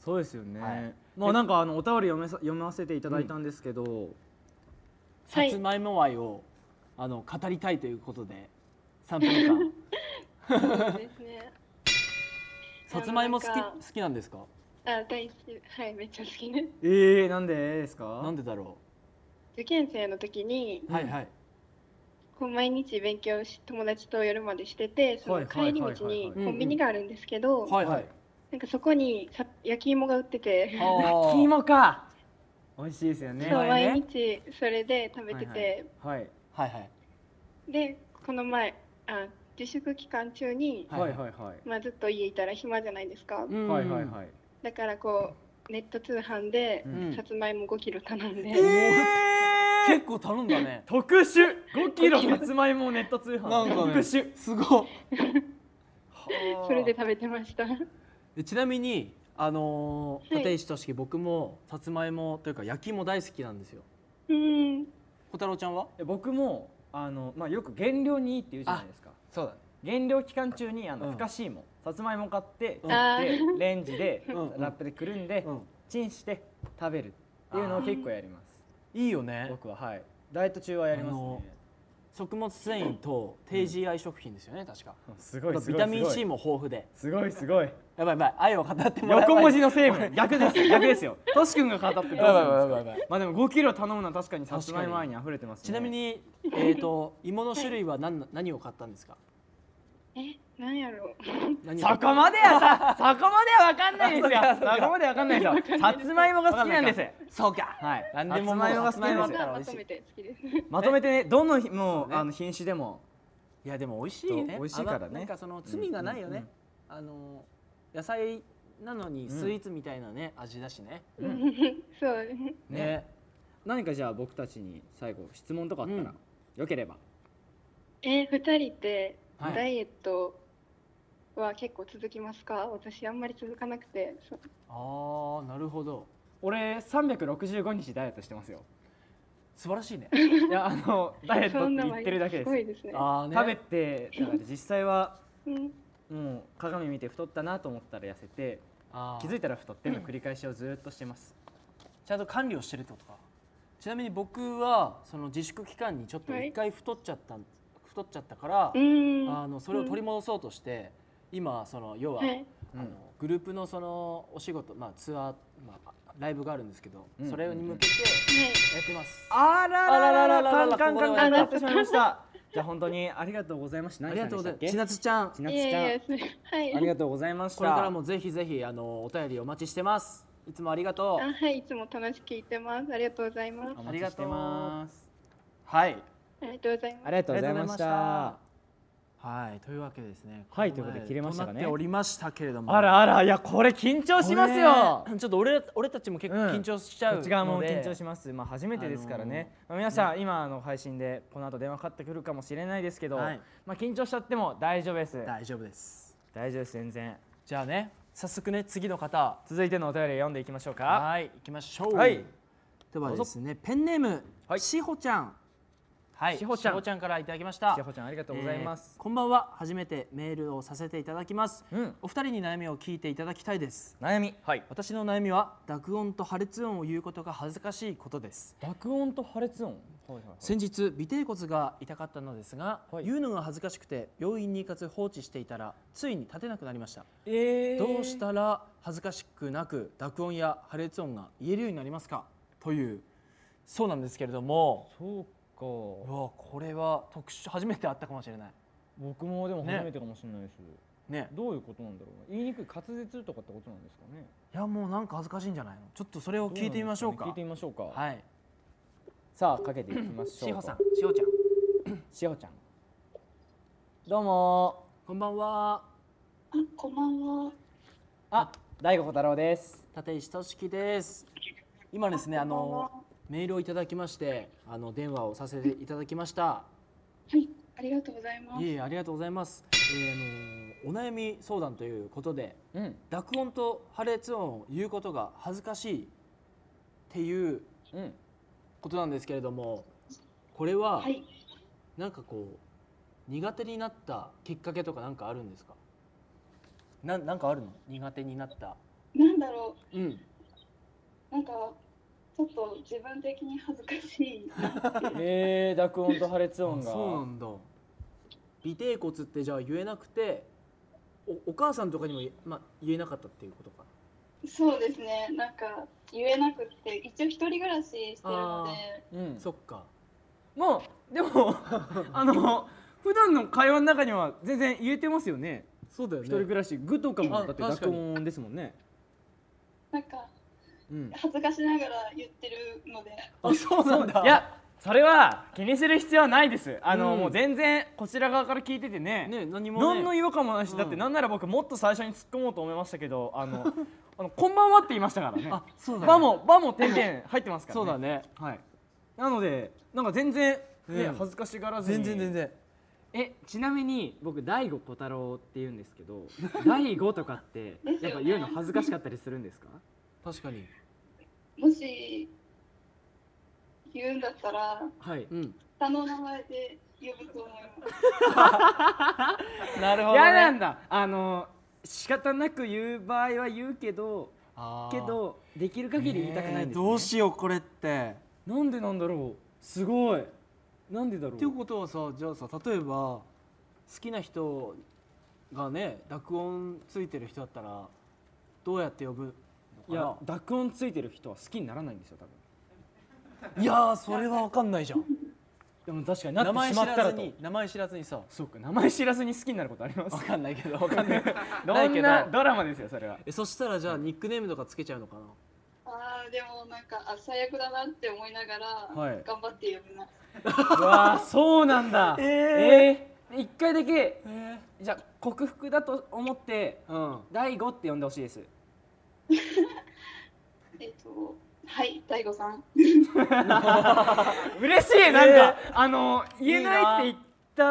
Speaker 1: そうですよね、
Speaker 2: はい
Speaker 1: まあなんかあのお便り読めさ読ませていただいたんですけど、
Speaker 3: は
Speaker 2: さ
Speaker 3: い
Speaker 2: つまいも愛をあの語りたいということで3分間
Speaker 3: そうですね。
Speaker 2: さつまいも好き
Speaker 3: あのな
Speaker 2: 好
Speaker 3: んか
Speaker 2: きなんですか
Speaker 3: あ、大好き。はい、めっちゃ好きです。
Speaker 1: えー、なんでですか
Speaker 2: なんでだろ
Speaker 3: 受験生の時に
Speaker 2: う、はいはい
Speaker 3: こう毎日勉強し、友達と夜までしてて、そ
Speaker 1: はい
Speaker 3: の
Speaker 1: はい
Speaker 3: 帰
Speaker 1: はい
Speaker 3: り
Speaker 1: はい
Speaker 3: 道に
Speaker 2: うん
Speaker 3: コンビニがあるんですけど、
Speaker 2: はいはい
Speaker 3: なんかそこにさ焼き芋が売ってて、
Speaker 2: 焼
Speaker 1: 焼き芋か美味しいですよね
Speaker 3: そう
Speaker 2: はい
Speaker 3: 毎日それで食べて
Speaker 1: はい
Speaker 3: て、
Speaker 1: はい
Speaker 2: はいはい
Speaker 3: で、この前、あ、自粛期間中に、
Speaker 1: はいはいはい
Speaker 3: まあずっと家いたら暇じゃないですか。
Speaker 2: うん
Speaker 1: はいはいはい
Speaker 3: だからこうネット通販で
Speaker 1: うん
Speaker 3: さつまいも5キロ頼んで、
Speaker 1: え
Speaker 2: 結構頼んだね
Speaker 1: 特殊5キロさつまいもをネット通販
Speaker 2: なんかね
Speaker 1: 特殊
Speaker 2: すご
Speaker 3: それで食べて ました。
Speaker 2: いちなみにあのー
Speaker 3: はい
Speaker 2: 立石俊樹僕もさつまいもというか焼き芋大好きなんですよ
Speaker 3: うん、
Speaker 2: 小太郎ちゃんは
Speaker 1: え僕もあの、まあ、よく減量にいいって言うじゃないですか
Speaker 2: そうだね
Speaker 1: 減量期間中にあの、
Speaker 2: うん
Speaker 1: ふかしいもさつまいも買って、
Speaker 2: うん
Speaker 3: あ
Speaker 1: で
Speaker 3: ー
Speaker 1: レンジで
Speaker 2: うん
Speaker 1: ラップでくるんで、
Speaker 2: うん
Speaker 1: チンして食べるっていうのを結構やります
Speaker 2: いいよね
Speaker 1: 僕ははいダイエット中はやります
Speaker 2: あ
Speaker 1: ね
Speaker 2: の食物繊維と低 GI 食品ですよね、確か
Speaker 1: すごいす
Speaker 2: ビ
Speaker 1: ごい
Speaker 2: タミン C も豊富です
Speaker 1: ごいす ごい
Speaker 2: やばいやばい愛を語ってもらえ
Speaker 1: 横文字
Speaker 2: や
Speaker 1: の成分逆ですよ逆ですよトシ君が語ってどうするんです
Speaker 2: ばいやばいやばい
Speaker 1: か
Speaker 2: やばい
Speaker 1: まあでも5キロ頼むのは確かにさつまいも愛に溢れてますね
Speaker 2: ちなみにえっ、と芋の種類は何何を買ったんですか
Speaker 3: え、なんやろ
Speaker 2: 何を
Speaker 1: そこまでやさそこまではわかんないですよ
Speaker 2: あそっかそっか
Speaker 1: そこまでわかんないですよさつまいもが好きなんです
Speaker 2: そうか
Speaker 1: はい
Speaker 2: 何でももう
Speaker 1: さつまいもが好き
Speaker 3: う。
Speaker 1: な
Speaker 3: ま
Speaker 1: ん
Speaker 3: あ
Speaker 1: ですよ
Speaker 2: さつまいも
Speaker 3: まあまとめて好きです。
Speaker 1: まとめてねどの日も
Speaker 2: そう
Speaker 1: う
Speaker 2: ね
Speaker 1: あの品種でも
Speaker 2: いやでも美味しいね
Speaker 1: 美味しいからね
Speaker 2: あのなんかその罪がないよね、あの野菜なのにスイーツみたいなね、味だしね
Speaker 1: うん
Speaker 3: そう、
Speaker 1: ね何かじゃあ僕たちに最後質問とかあったら、
Speaker 2: うん
Speaker 1: よければ
Speaker 3: え、二人って
Speaker 2: はい
Speaker 3: ダイエットは結構続きますか？私あんまり続かなくて、そう
Speaker 2: ああなるほど
Speaker 1: 俺365日ダイエットしてますよ
Speaker 2: 素晴らしいね
Speaker 1: いやあのダイエット
Speaker 3: そ
Speaker 1: っ
Speaker 3: ん
Speaker 1: て
Speaker 3: な
Speaker 1: 言ってるだけです
Speaker 3: ごいですね。
Speaker 2: ああね
Speaker 1: 食べてだから実際は
Speaker 3: うん、
Speaker 1: もう鏡見て太ったなと思ったら痩せて
Speaker 2: あー
Speaker 1: 気づいたら太っての繰り返しをずーっとしてます、
Speaker 2: ちゃんと管理をしてるってことかちなみに僕はその自粛期間にちょっと
Speaker 3: はい
Speaker 2: 一回太っちゃった、太っちゃったから、
Speaker 3: うん、
Speaker 2: あのそれを取り戻そうとして、今その要は、
Speaker 3: はい、
Speaker 1: う
Speaker 2: あの
Speaker 1: ん
Speaker 2: グループのそのお仕事、まあ、ツアー、まあ、ライブがあるんですけど、
Speaker 1: うん
Speaker 2: それに向けてやってます、
Speaker 1: あらららららカンカンカンカン
Speaker 3: あらららら
Speaker 1: なってしまいましたじゃあ本当にありがとうございました
Speaker 2: あ
Speaker 1: 何
Speaker 2: り
Speaker 1: さ
Speaker 2: が
Speaker 1: ん
Speaker 2: と
Speaker 1: で
Speaker 2: うご
Speaker 1: したっ
Speaker 2: ざいま
Speaker 1: け
Speaker 2: すちなつちゃん
Speaker 1: ち
Speaker 3: い
Speaker 1: な
Speaker 3: や
Speaker 1: つ
Speaker 3: いや
Speaker 1: ち
Speaker 3: それはい。
Speaker 1: ゃんありがとうございました
Speaker 2: これからもぜひぜひあのお便りお待ちしてますいつもありがと
Speaker 3: あ、はい、いつも楽しく聞いてます。ありがとうございます。
Speaker 1: お待ちしてます
Speaker 2: うはい
Speaker 3: ありがとうございます
Speaker 1: あ。りがとうございました
Speaker 2: はいというわけでですね
Speaker 4: はい
Speaker 2: この前
Speaker 4: ということで切れましたかね
Speaker 2: となっておりましたけれども
Speaker 4: あらあらいやこれ緊張しますよ
Speaker 2: これちょっと俺俺たちも結構
Speaker 1: うん
Speaker 2: 緊張しちゃう
Speaker 1: こ
Speaker 2: の
Speaker 1: っ
Speaker 2: で、
Speaker 1: ち側も緊張します、まあ、初めてですからね、まあ皆さん、今あの配信でこの後電話かかってくるかもしれないですけど、
Speaker 2: はい
Speaker 1: まあ、緊張しちゃっても大丈夫です
Speaker 2: 大丈夫です
Speaker 1: 大丈夫です全然
Speaker 2: じゃあね早速ね次の方
Speaker 1: 続いてのお便り読んでいきましょうか
Speaker 2: はい行きましょう、
Speaker 1: はい
Speaker 2: ではですねペンネーム、
Speaker 1: はい
Speaker 2: しほちゃんはい
Speaker 1: しほちゃん
Speaker 2: しほちゃんからいただきました
Speaker 1: 千穂ちゃんありがとうございます
Speaker 2: え、ーこんばんは初めてメールをさせていただきます、
Speaker 1: うん
Speaker 2: お二人に悩みを聞いていただきたいです
Speaker 1: 悩みはい
Speaker 2: 私の悩みは濁音と破裂音を言うことが恥ずかしいことです
Speaker 1: 爆音と破裂音はいはい
Speaker 2: 先日尾てい骨が痛かったのですが、
Speaker 1: はい
Speaker 2: 言うのが恥ずかしくて病院に行かず放置していたらついに立てなくなりました、
Speaker 1: え
Speaker 2: どうしたら恥ずかしくなく濁音や破裂音が言えるようになりますかというそうなんですけれども
Speaker 1: そう
Speaker 2: う
Speaker 1: か
Speaker 2: わこれは特殊初めてあったかもしれない
Speaker 1: 僕もでも
Speaker 2: ね
Speaker 1: 初めてかもしれないです、
Speaker 2: ね
Speaker 1: どういうことなんだろうな言いにくい滑舌とかってことなんですかね
Speaker 2: いやもうなんか恥ずかしいんじゃないのちょっとそれを聞いてみましょう
Speaker 1: ど
Speaker 2: か
Speaker 1: なんですね聞いてみましょうか、
Speaker 2: はい
Speaker 1: さあかけていきましょう
Speaker 2: しほさんしほちゃん
Speaker 1: しほちゃんどうも
Speaker 2: こんばんは
Speaker 3: あ、こんばんは。
Speaker 1: あ大悟小太郎です
Speaker 2: 立石俊樹です今ですねあ
Speaker 3: こんばん
Speaker 2: の
Speaker 3: は
Speaker 2: メールをいただきましてあの電話をさせていただきました
Speaker 3: はい、ありがとうございます
Speaker 2: い。えいえありがとうございます、えーあのお悩み相談ということで
Speaker 1: うん
Speaker 2: 濁音と破裂音を言うことが恥ずかしいっていう
Speaker 1: うん
Speaker 2: ことなんですけれどもこれは
Speaker 3: はい。
Speaker 2: なんかこう苦手になったきっかけとかなんかあるんですかなんなんかあるの苦手になった
Speaker 3: なんだろ
Speaker 2: うん
Speaker 3: う、なんか、ちょっと自分的に恥ずかしい。
Speaker 1: えー、濁音と破裂音が
Speaker 2: そうなんだ尾てい骨ってじゃあ言えなくておお母さんとかにも、まあ、言えなかったっていうことか
Speaker 3: そうですね、なんか、言えなくって、一応一人暮らししてるの
Speaker 2: あ
Speaker 3: で、
Speaker 1: うん
Speaker 2: そっか
Speaker 1: もう でもあの普段の会話の中には全然言えてますよね
Speaker 2: そうだよ
Speaker 1: 一人暮らし具とかも
Speaker 2: あ
Speaker 1: だって
Speaker 2: 確かに
Speaker 1: 濁音ですもんね
Speaker 3: なんか、
Speaker 1: うん
Speaker 3: 恥ずかしながら言ってるので、
Speaker 2: あそうなんだ
Speaker 1: いやそれは気にする必要はないですあの、
Speaker 2: うん
Speaker 1: もう全然こちら側から聞いててね
Speaker 2: ね何も
Speaker 1: 何
Speaker 2: ね
Speaker 1: の違和感もないし、
Speaker 2: うん
Speaker 1: だってなんなら僕もっと最初に突っ込もうと思いました けどあのあのこんばんはって言いましたからね
Speaker 2: あそうだね
Speaker 1: バもバも点々入ってますからね
Speaker 2: そうだね
Speaker 1: はいなのでなんか全然、ね
Speaker 2: うん
Speaker 1: 恥ずかしがらずに
Speaker 2: 全然全然
Speaker 4: えちなみに僕大悟小太郎って言うんですけど 大悟とかってやっぱ言うの恥ずかしかったりするんですか
Speaker 2: 確かに
Speaker 3: もし、言うんだったら、
Speaker 4: はい
Speaker 2: うん
Speaker 3: 下の名前で呼ぶと思いま す。
Speaker 2: なるほ
Speaker 4: 嫌なんだあの仕方なく言う場合は言うけど
Speaker 2: あー
Speaker 4: けどできる限り言いたくないんです、ね
Speaker 2: えーどうしようこれって
Speaker 1: なんでなんだろうすごいなんでだろ
Speaker 2: っていう
Speaker 1: う
Speaker 2: ことはさじゃあさ例えば好きな人がね濁音ついてる人だったらどうやって呼ぶ
Speaker 1: い
Speaker 2: の
Speaker 1: や
Speaker 2: か
Speaker 1: 濁音ついてる人は好きにならないんですよ多分
Speaker 2: ないやーそれは分かんない じゃん
Speaker 1: でも確かにな
Speaker 2: 名
Speaker 1: って
Speaker 2: 前
Speaker 1: し
Speaker 2: 知
Speaker 1: まった
Speaker 2: ら
Speaker 1: ら
Speaker 2: ず
Speaker 1: と
Speaker 2: に名前知らずにさ
Speaker 1: そうか名前知らずに好きになることあります
Speaker 2: 分かんないけど分かん ないな
Speaker 1: ど
Speaker 2: いけ
Speaker 1: ん
Speaker 2: ど
Speaker 1: なドラマですよそれは
Speaker 2: えそしたらじゃあニックネームとかつけちゃうのか
Speaker 3: ああ、でもなんか、あ、最悪だなって思いながら、
Speaker 2: はい
Speaker 3: 頑張って呼ぶな。
Speaker 1: わあそうなんだ
Speaker 2: えー
Speaker 1: えー一回だけ
Speaker 2: なえ
Speaker 1: じゃあ克服だと思って
Speaker 2: うん
Speaker 1: 大悟って呼んでほしいです
Speaker 3: えっと、はい、大悟さん。
Speaker 1: 嬉しいなんか、あの言えないって言っ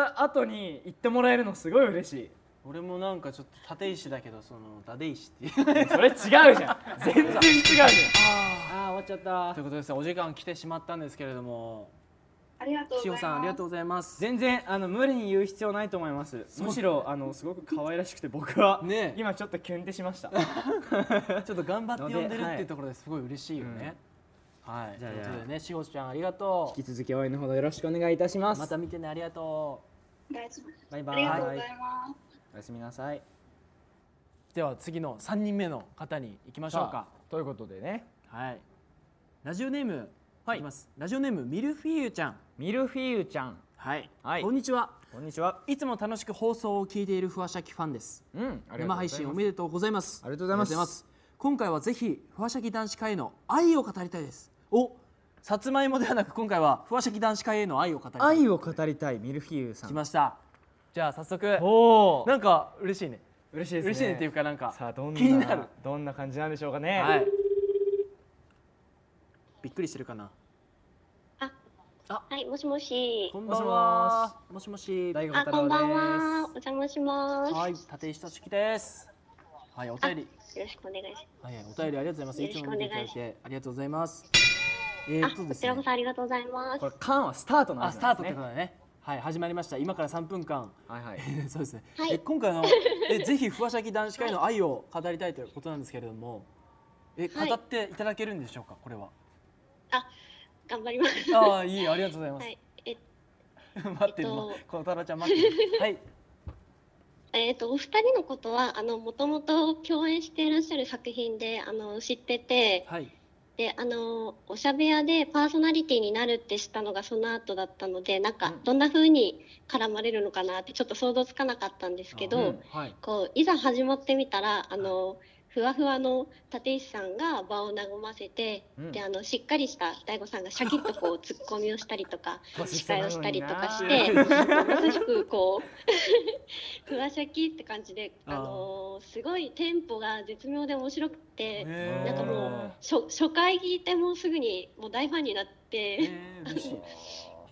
Speaker 1: た後に言ってもらえるのすごい嬉しい
Speaker 2: 俺もなんかちょっと立石だけどその立石っていう
Speaker 1: それ違うじゃん全然違うじゃん
Speaker 4: ああ終わっちゃった
Speaker 2: ということですお時間来てしまったんですけれども
Speaker 3: ありがとうござ
Speaker 2: し
Speaker 3: い
Speaker 2: お
Speaker 3: ます。
Speaker 2: さんありがとうございます
Speaker 1: 全然あの無理に言う必要ないと思いますむしろあのすごく可愛らしくて僕は、
Speaker 2: ね
Speaker 1: 今ちょっとキュンってしました
Speaker 2: ちょっと頑張って呼んでる
Speaker 1: の
Speaker 2: っ
Speaker 1: で
Speaker 2: ていうところですごい嬉しいよね。はい、
Speaker 4: じゃあ
Speaker 2: ということでね、しほちゃんありがとう
Speaker 4: 引。き続き応援のほどよろしくお願いいたします
Speaker 2: また見てね、ありがと。
Speaker 3: お願いします。
Speaker 1: バイバ
Speaker 3: あ
Speaker 1: イ
Speaker 3: りがとうございます。
Speaker 1: おやすみなさいう
Speaker 2: では次の三人目の方に行きましょうか。
Speaker 1: ということでね
Speaker 2: はい。ラジオネーム、
Speaker 1: はい
Speaker 2: いきます。ラジオネームミルフィーユちゃん。
Speaker 1: ミルフィーユちゃん
Speaker 2: はい。
Speaker 1: はい
Speaker 2: こんにちは。
Speaker 1: こんにちはい
Speaker 2: つも楽しく放送を聞いているふわしゃきファンです。
Speaker 1: うん
Speaker 2: 生配信おめでとうございます。
Speaker 1: ありがとうございます
Speaker 2: ありが今回はぜひふわしゃき男子会への愛を語りたいです。お、さつまいもではなく今回はふわしゃき男子会への愛を語りたい。
Speaker 1: 愛を語りたいミルフィーユさん
Speaker 2: 来ました。じゃあ早速
Speaker 1: お
Speaker 2: なんか嬉しいね
Speaker 1: 嬉しいですね
Speaker 2: 嬉しいねっていうかなんか
Speaker 1: さあどんな
Speaker 2: 気になる
Speaker 1: どんな感じなんでしょうかね、
Speaker 2: はいびっくりしてるかな
Speaker 5: はい、もしもし。
Speaker 2: こんばんはもしもし
Speaker 4: 大悟
Speaker 5: あ、
Speaker 4: 太
Speaker 5: こん
Speaker 4: 郎で
Speaker 5: ばんは。お
Speaker 4: す。
Speaker 5: 邪魔します。
Speaker 2: はい立石俊樹ですはいお便り
Speaker 5: よろしくお願いし
Speaker 2: はいお便りありがとうございますいつも見ていただいてありがとうございますえ
Speaker 5: ま
Speaker 2: ーっ
Speaker 5: す。あ、
Speaker 2: とで
Speaker 5: こ
Speaker 2: す
Speaker 5: ちら
Speaker 2: ね
Speaker 5: こそありがとうございます
Speaker 1: こ。れ缶はスタートの
Speaker 2: あ
Speaker 1: 話
Speaker 2: ス
Speaker 1: な
Speaker 2: タ
Speaker 1: ん
Speaker 2: ー
Speaker 1: です
Speaker 2: トって
Speaker 1: ね
Speaker 2: ことだねはい始まりました今から3分間
Speaker 1: はいはい
Speaker 2: そうですね、
Speaker 5: はい
Speaker 2: え今回 のえぜひふわしゃぎ男子会の愛を語りたいということなんですけれどもえ
Speaker 5: はい
Speaker 2: 語っていただけるんでしょうかこれ は
Speaker 5: 頑張ります。
Speaker 2: ああいいありがとうございます、
Speaker 5: はい。え、
Speaker 2: 待ってるの、
Speaker 5: えっ
Speaker 2: このタラちゃん待って るはい
Speaker 5: えっ、と、お二人のことは、あの、もともと共演していらっしゃる作品で、あの、知ってて。
Speaker 2: はい
Speaker 5: で、あの、おしゃべやでパーソナリティになるって知ったのが、その後だったので、なんか、どんな風に絡まれるのかなって、ちょっと想像つかなかったんですけど。
Speaker 2: うんはい
Speaker 5: こういざ始まってみたらあの、ふわふわの立石さんが場を和ませて、
Speaker 1: うん
Speaker 5: であのしっかりした大悟さんがシャキッとこうツッコミをしたりとか司会をしたりとか して
Speaker 1: ごち
Speaker 5: まさしくこうふわシャキって感じであのすごいテンポが絶妙で面白くて、
Speaker 2: えー
Speaker 5: なんかも初初回聞いてもうすぐにもう大ファンになって、
Speaker 2: えー嬉しい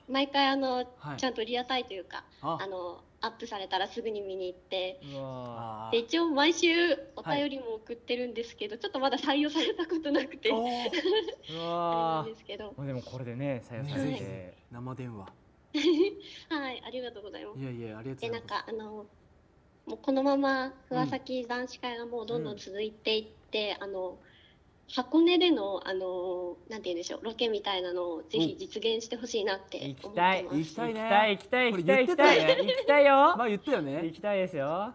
Speaker 5: 毎回あの
Speaker 2: はい
Speaker 5: ちゃんとリアタイというか、
Speaker 2: あ
Speaker 5: あのアップされたらすぐに見に行って。
Speaker 1: うわ
Speaker 2: あ
Speaker 5: で一応毎週お便りも送ってるんですけど、ちょっとまだ採用されたことなくて
Speaker 2: ーおー
Speaker 1: ーう
Speaker 5: あ
Speaker 1: わ
Speaker 5: れなんですけど
Speaker 1: ーでもこれでね採用されて
Speaker 2: 生電話
Speaker 5: はいありがとうございます
Speaker 2: いやいやありがと
Speaker 5: で
Speaker 2: うござ
Speaker 5: ない
Speaker 2: ます
Speaker 5: んかあのもうこのままふわさき男子会がもうどんどん続いていって、あの箱根でのあのなんて言うんでしょうロケみたいなのをぜひ実現してほしいなって思
Speaker 1: 行
Speaker 5: って
Speaker 1: き
Speaker 5: ます
Speaker 1: たい
Speaker 2: 行きたいね
Speaker 1: 行きたい行きたい行
Speaker 2: これ言って
Speaker 1: きたい行
Speaker 2: たよね
Speaker 1: きたいよ
Speaker 2: まあ言ったよね
Speaker 1: 行きたいですよ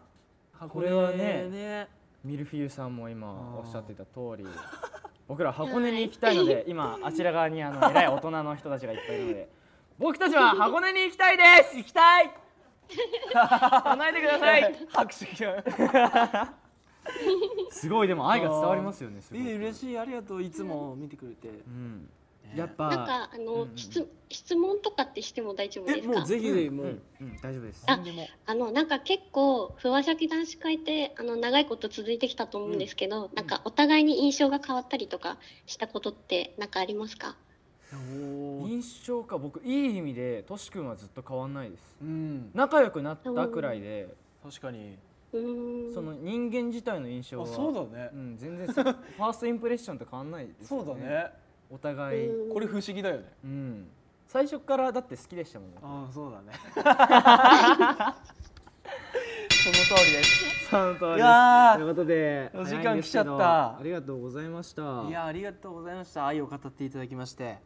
Speaker 2: こ
Speaker 1: れはね
Speaker 2: ね
Speaker 1: ミルフィーユさんも今
Speaker 2: あ
Speaker 1: お
Speaker 2: ー
Speaker 1: っしゃってた通 り僕ら箱根に行きたいので今あちら側にあ の偉い大人の人たちがいっぱいいるので僕たち は箱根に行きたいです行きた い唱えてください
Speaker 2: 拍手が
Speaker 1: すごいでも愛が伝わりますよねすご
Speaker 2: いい嬉
Speaker 1: い、
Speaker 2: しいありがとういつも見てくれて、
Speaker 1: うん、
Speaker 4: やっ
Speaker 5: なん
Speaker 4: ぱ
Speaker 5: かあの、
Speaker 1: うんうん
Speaker 5: 質質問とかってしても大丈夫で
Speaker 2: え
Speaker 5: すか
Speaker 2: もうぜひぜひも
Speaker 1: う、
Speaker 2: うん
Speaker 1: うん、大丈夫です
Speaker 5: あ
Speaker 2: 何でも
Speaker 5: あのなんか結構ふわしゃき男子会ってあの長いこと続いてきたと思うんですけど、なんかお互いに印象が変わったりとかしたことってなんかありますか
Speaker 2: おー
Speaker 1: 印象か僕いい意味でトシ君はずっと変わんないです
Speaker 2: うん
Speaker 1: 仲良くなったくらいで
Speaker 2: 確かに
Speaker 5: うーん
Speaker 1: その人間自体の印象は
Speaker 2: あそうだね
Speaker 1: うん、全然 さファーストインプレッションと変わんないです
Speaker 2: そ
Speaker 1: よ
Speaker 2: うだね
Speaker 1: お互い、
Speaker 5: うん
Speaker 2: これ不思議だよね
Speaker 1: うん、最初からだって好きでしたもん僕
Speaker 2: ああ そうだねその通りです
Speaker 1: その通り
Speaker 2: い
Speaker 1: で
Speaker 2: や
Speaker 1: すということで
Speaker 2: お時間
Speaker 1: 早いんですけど
Speaker 2: 来ちゃっ
Speaker 1: あ
Speaker 2: た
Speaker 1: りがとうございました
Speaker 2: ーいやーありがとうございました愛を語っていただきまして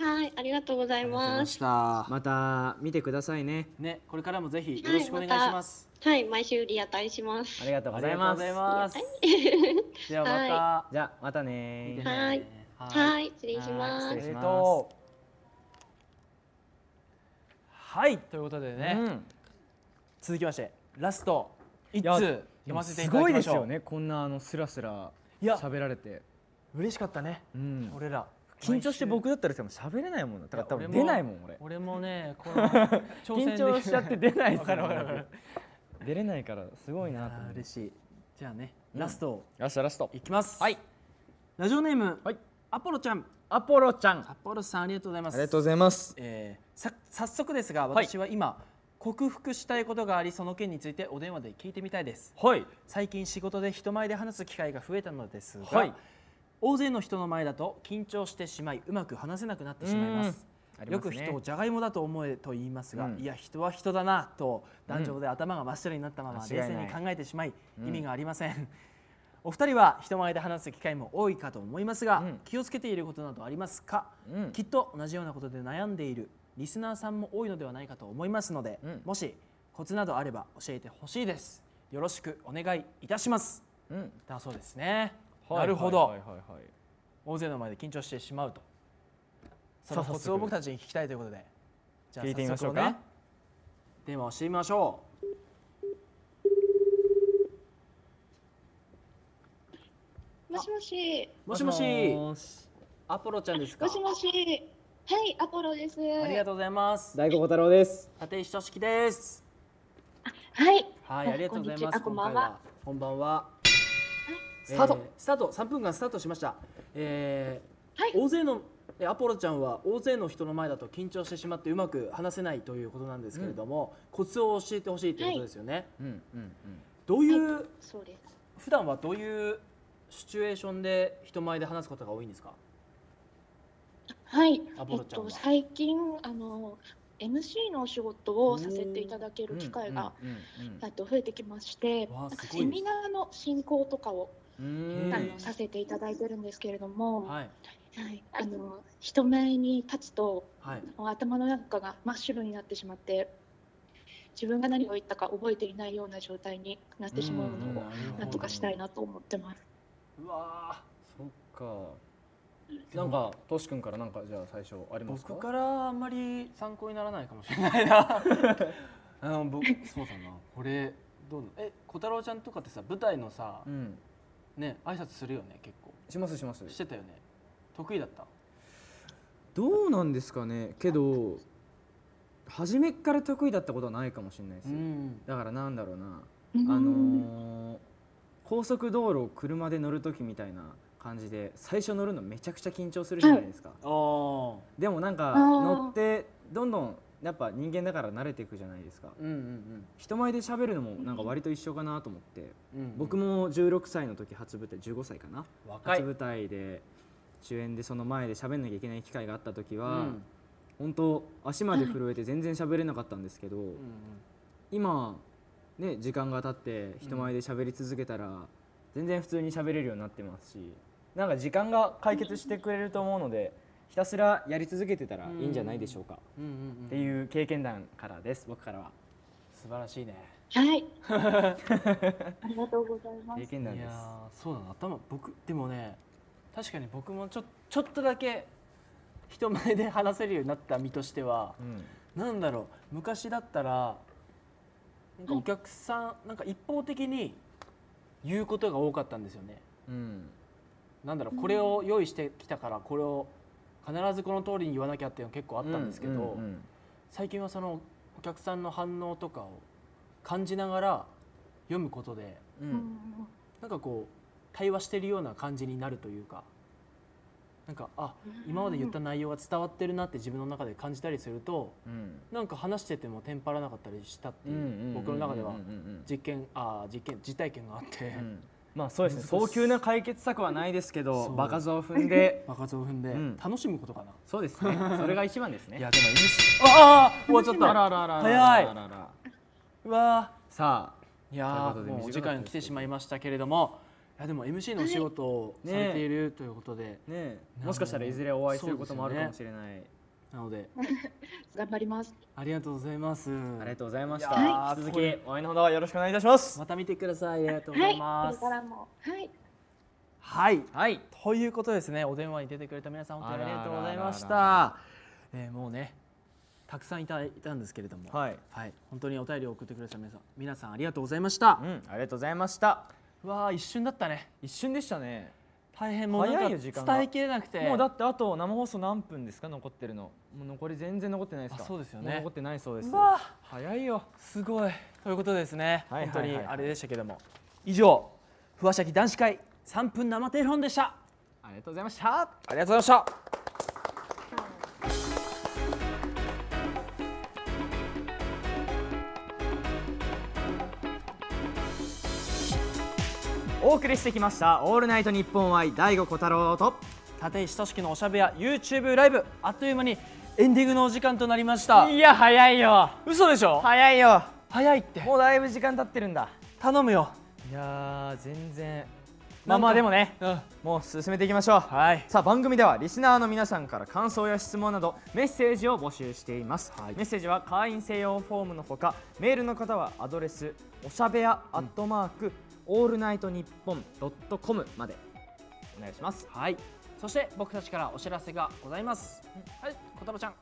Speaker 5: はいありがとうござ
Speaker 2: あ
Speaker 5: います
Speaker 2: した
Speaker 1: また見てくださいね
Speaker 2: ねこれからもぜひよろしくお願いします
Speaker 5: はい毎週リアタイします
Speaker 1: ありがとう
Speaker 2: あ
Speaker 1: ご
Speaker 2: り
Speaker 1: ざい
Speaker 2: がとう
Speaker 1: ま
Speaker 2: ご
Speaker 1: す
Speaker 2: ざいますではま
Speaker 1: じゃあまたねー
Speaker 2: た見て
Speaker 5: は
Speaker 2: ね
Speaker 5: い
Speaker 2: はい
Speaker 5: はい失礼します
Speaker 1: は
Speaker 2: お
Speaker 1: い
Speaker 2: め
Speaker 1: 失礼
Speaker 2: で
Speaker 1: します
Speaker 2: とうはいということでね、
Speaker 1: うん
Speaker 2: 続きましてラスト一
Speaker 1: い
Speaker 2: 通
Speaker 1: や
Speaker 2: 読
Speaker 1: でも
Speaker 2: ませてい
Speaker 1: す
Speaker 2: ただ
Speaker 1: ご
Speaker 2: き
Speaker 1: い
Speaker 2: ま
Speaker 1: で
Speaker 2: し
Speaker 1: す
Speaker 2: ょう
Speaker 1: よねこんなあのスラスラ
Speaker 2: いや
Speaker 1: 喋られて、
Speaker 2: 嬉しかったね
Speaker 1: うん、
Speaker 2: 俺ら
Speaker 1: 緊張して僕だったら多分喋れないもんだから多
Speaker 2: い
Speaker 1: 分
Speaker 2: や俺も
Speaker 1: 出ないもん俺
Speaker 2: 俺も ねこの
Speaker 1: 緊張しちゃって出ないっ
Speaker 2: わ
Speaker 1: す
Speaker 2: か
Speaker 1: よ
Speaker 2: る
Speaker 1: ね
Speaker 2: わかるわかる
Speaker 1: 僕出れないからすごいなと思って
Speaker 2: 嬉しいじゃあね
Speaker 1: うん
Speaker 2: ラスト
Speaker 1: ラストラスト
Speaker 2: いきます
Speaker 1: はい
Speaker 2: ラジオネーム
Speaker 1: はい
Speaker 2: アポロちゃん
Speaker 1: アポロちゃんあ
Speaker 2: アポロさんありがとうございます
Speaker 1: りがとうございます
Speaker 2: えーさ早速ですが
Speaker 1: はい
Speaker 2: 私は今、克服したいことがありその件についてお電話で聞いてみたいです
Speaker 1: はい
Speaker 2: 最近仕事で人前で話す機会が増えたのですが、
Speaker 1: はい
Speaker 2: 大勢の人の前だと緊張してしまいうまく話せなくなってしまいます
Speaker 1: あり
Speaker 2: よ
Speaker 1: ま
Speaker 2: く
Speaker 1: すね
Speaker 2: 人をじゃがいもだと思えと言いますが、
Speaker 1: うん
Speaker 2: いや人は人だなと壇上で頭が真っ白になったまま
Speaker 1: 間違い
Speaker 2: 冷
Speaker 1: な
Speaker 2: 静
Speaker 1: い
Speaker 2: に考えてしまい
Speaker 1: うん
Speaker 2: 意味がありません、お二人は人前で話す機会も多いかと思いますが、
Speaker 1: うん
Speaker 2: 気をつけていることなどありますか、
Speaker 1: うん
Speaker 2: きっと同じようなことで悩んでいるリスナーさんも多いのではないかと思いますので、
Speaker 1: うん
Speaker 2: もしコツなどあれば教えてほしいですよろしくお願いいたします
Speaker 1: うん
Speaker 2: だそうですね、
Speaker 1: はい
Speaker 2: なるほど、
Speaker 1: はいはいはいはい
Speaker 2: 大勢の前で緊張してしまうと
Speaker 1: さ
Speaker 2: その
Speaker 1: あ
Speaker 2: コツ
Speaker 1: 早
Speaker 2: を
Speaker 1: 速
Speaker 2: 僕たちに聞きたいということでじ
Speaker 1: 聞いてみましょう
Speaker 2: 早
Speaker 1: か
Speaker 2: 速ね電話をしてみましょう
Speaker 3: もしもし。
Speaker 2: もしもし
Speaker 1: も
Speaker 2: アポロちゃんですか
Speaker 3: もしもし。はい、アポロです。
Speaker 2: ありがとうございます
Speaker 1: 大悟小太郎です
Speaker 2: 立石俊樹です
Speaker 5: はい。
Speaker 2: はい、ありがとうございます。
Speaker 5: こんにちはあこんば
Speaker 2: 今
Speaker 5: んは
Speaker 2: 回は。こんばんは。
Speaker 1: スタート
Speaker 2: えスタート。三分間スタートしました。えー
Speaker 5: はい
Speaker 2: 大勢のえアポロちゃんは大勢の人の前だと緊張してしまってうまく話せないということなんですけれども、コツを教えてほしいということですよね。
Speaker 1: うんうん
Speaker 2: どういう、
Speaker 5: そうです。
Speaker 2: 普段はどういうシチュエーションで人前で話すことが多いんですか。
Speaker 6: はい、
Speaker 2: ア
Speaker 6: え
Speaker 2: ポロ
Speaker 6: っ
Speaker 2: ちゃん
Speaker 6: と、
Speaker 2: は。
Speaker 6: 最近あの MC のお仕事をさせていただけ
Speaker 1: う
Speaker 6: る
Speaker 1: ん。
Speaker 6: 機会が、
Speaker 1: うん
Speaker 6: えっと、増えてきまして
Speaker 2: わあ
Speaker 6: なんか
Speaker 2: すごい
Speaker 6: セミナーの進行とかを、
Speaker 1: うんうん
Speaker 2: うん
Speaker 6: あのさせていただいてるんですけれども、は
Speaker 2: はい。
Speaker 6: いあの人前に立つと
Speaker 2: はい。
Speaker 6: 頭の中が真っ白になってしまって自分が何を言ったか覚えていないような状態になってしまう
Speaker 1: うん
Speaker 6: のをなんとかしたいなと思ってます。
Speaker 2: うわあ。
Speaker 1: そっか。なんか、とし君からなんか、じゃあ、最初ありますか。
Speaker 2: 僕からあんまり参考にならないかもしれないなあの僕 そうだなこれどうなえ小太郎ちゃんとかってさ舞台のさ
Speaker 1: うん。
Speaker 2: ね挨拶するよね結構
Speaker 1: しますします。
Speaker 2: してたよね得意だった
Speaker 1: どうなんですかね。けど。初めっから得意だったことはないかもしれないですよ。
Speaker 2: ん
Speaker 1: だから、なんだろうな。
Speaker 6: う
Speaker 1: あ
Speaker 6: ん
Speaker 1: のー高速道路を車で乗る時みたいな感じで最初乗るのめちゃくちゃ緊張するじゃないですか、
Speaker 2: ああ
Speaker 1: でもなんか
Speaker 6: あー
Speaker 1: 乗ってどんどんやっぱ人間だから慣れていくじゃないですか
Speaker 2: うんうん
Speaker 1: 人前で喋るのもなんか割と一緒かなと思って、
Speaker 2: うんうん
Speaker 1: 僕も16歳の時初舞台15歳かな、
Speaker 2: 若い
Speaker 1: 初舞台で主演でその前で喋んなきゃいけない機会があった時
Speaker 2: う
Speaker 1: は、
Speaker 2: ん
Speaker 1: 本当足まで震えて全然喋れなかったんですけど、
Speaker 2: うん
Speaker 1: 今ね時間が経って人前で喋り続けたら、全然普通に喋れるようになってますしなんか時間が解決してくれると思うのでひたすらやり続けてたらいいんじゃないでしょうか、
Speaker 2: うんうん
Speaker 1: って
Speaker 2: うん
Speaker 1: いう経験談からです僕からは
Speaker 2: 素晴らしいね
Speaker 5: はい。ありがとうございます
Speaker 1: 経。験
Speaker 2: い
Speaker 1: 談
Speaker 2: や
Speaker 1: です
Speaker 2: ーそうだな頭僕でもね確かに僕もちょちょっとだけ人前で話せるようになった身としては
Speaker 1: うん
Speaker 2: なんだろう昔だったらなんかお客さんなんか一方的に言うことが多かったんですよね。
Speaker 1: うん
Speaker 2: なんだろうこれを用意してきたからこれを必ずこの通りに言わなきゃっていうの結構あったんですけど、
Speaker 1: うんうん
Speaker 2: 最近はそのお客さんの反応とかを感じながら読むことで
Speaker 1: うん
Speaker 2: なんかこう対話してるような感じになるというかなんかあ今まで言った内容が伝わってるなって自分の中で感じたりすると
Speaker 1: うん
Speaker 2: なんか話しててもテンパらなかったりしたって
Speaker 1: うんうんうんう
Speaker 2: い
Speaker 1: ん
Speaker 2: う僕の中で
Speaker 1: う
Speaker 2: は
Speaker 1: んうん
Speaker 2: 実験あー実験実体験があって
Speaker 1: うんうんまあ そうですね
Speaker 2: 難し
Speaker 1: 早
Speaker 2: い
Speaker 1: 急な解決策はないですけ
Speaker 2: そ
Speaker 1: ど
Speaker 2: う
Speaker 1: 場数を踏ん で
Speaker 2: 爆発を踏んで
Speaker 1: うん
Speaker 2: 楽しむことかな
Speaker 1: そうですねそれが一番ですね
Speaker 2: いやでも MC ああ終わっちゃっ
Speaker 1: あら
Speaker 2: た
Speaker 1: あらあらあら
Speaker 2: 早い
Speaker 1: あらあら
Speaker 2: うわ
Speaker 1: さあ
Speaker 2: ーいや
Speaker 1: というこ
Speaker 2: ー
Speaker 1: とで
Speaker 2: もうお
Speaker 1: 短
Speaker 2: 時
Speaker 1: かったですけど
Speaker 2: 間来てしまいましたけれどもいやでも MC のお仕事をされているということで
Speaker 1: ね
Speaker 2: な
Speaker 1: え
Speaker 2: の
Speaker 1: もしかしたらいずれお会いすることもあるかもしれない、
Speaker 2: なので
Speaker 6: 頑張ります。
Speaker 2: ありがとうございます
Speaker 1: ありがとうございました、
Speaker 2: いやー
Speaker 1: 引き
Speaker 2: こ
Speaker 1: 続
Speaker 2: れ
Speaker 1: きお会いのほどよろしくお願いいたします
Speaker 2: また見てくださいありがとうござ
Speaker 6: はいい、こ
Speaker 2: ま
Speaker 6: れ
Speaker 2: す
Speaker 6: からもはい。
Speaker 2: はい
Speaker 1: はい
Speaker 2: ということですねお電話に出てくれた皆さん本当にありがとうございま
Speaker 1: あ
Speaker 2: し
Speaker 1: ら
Speaker 2: たえーもうねたくさんいただいたんですけれども
Speaker 1: はい
Speaker 2: はい、本当にお便りを送ってくれた皆さん皆さんありがとうございました
Speaker 1: うんありがとうございました
Speaker 2: うわー一瞬だったね
Speaker 1: 一瞬でしたね
Speaker 2: 大変もうなん
Speaker 1: 早
Speaker 2: か
Speaker 1: いよ時
Speaker 2: 伝
Speaker 1: 間が
Speaker 2: えきれなくて
Speaker 1: もうだってあと生放送何分ですか残ってるのもう残り全然残ってないですか
Speaker 2: あそうですよね
Speaker 1: も残ってないそうです
Speaker 2: うわー
Speaker 1: 早いよ
Speaker 2: すごいということでですね、
Speaker 1: はいはい
Speaker 2: 本
Speaker 1: はい
Speaker 2: 当
Speaker 1: はい
Speaker 2: にあれでしたけども以上ふわしゃき男子会3分生テレフォンでした
Speaker 1: ありがとうございました
Speaker 2: ありがとうございました
Speaker 1: お送りしてきました「オールナイトニッポン愛第五小太郎と
Speaker 2: 立石俊樹のおしゃべや YouTube ライブあっという間にエンディングのお時間となりました
Speaker 1: いや早いよ
Speaker 2: 嘘でしょ
Speaker 1: 早いよ
Speaker 2: 早いって
Speaker 1: もうだいぶ時間経ってるんだ
Speaker 2: 頼むよ
Speaker 1: いやー全然まあまあでもね
Speaker 2: うん
Speaker 1: もう進めていきましょう
Speaker 2: はい
Speaker 1: さあ番組ではリスナーの皆さんから感想や質問などメッセージを募集しています、
Speaker 2: はい
Speaker 1: メッセージは会員専用フォームのほかメールの方はアドレスおしゃべやアットマーク、オールナイトニッポンドットコムまでお願いします
Speaker 2: はいそして僕たちからお知らせがございますはい小太郎ちゃん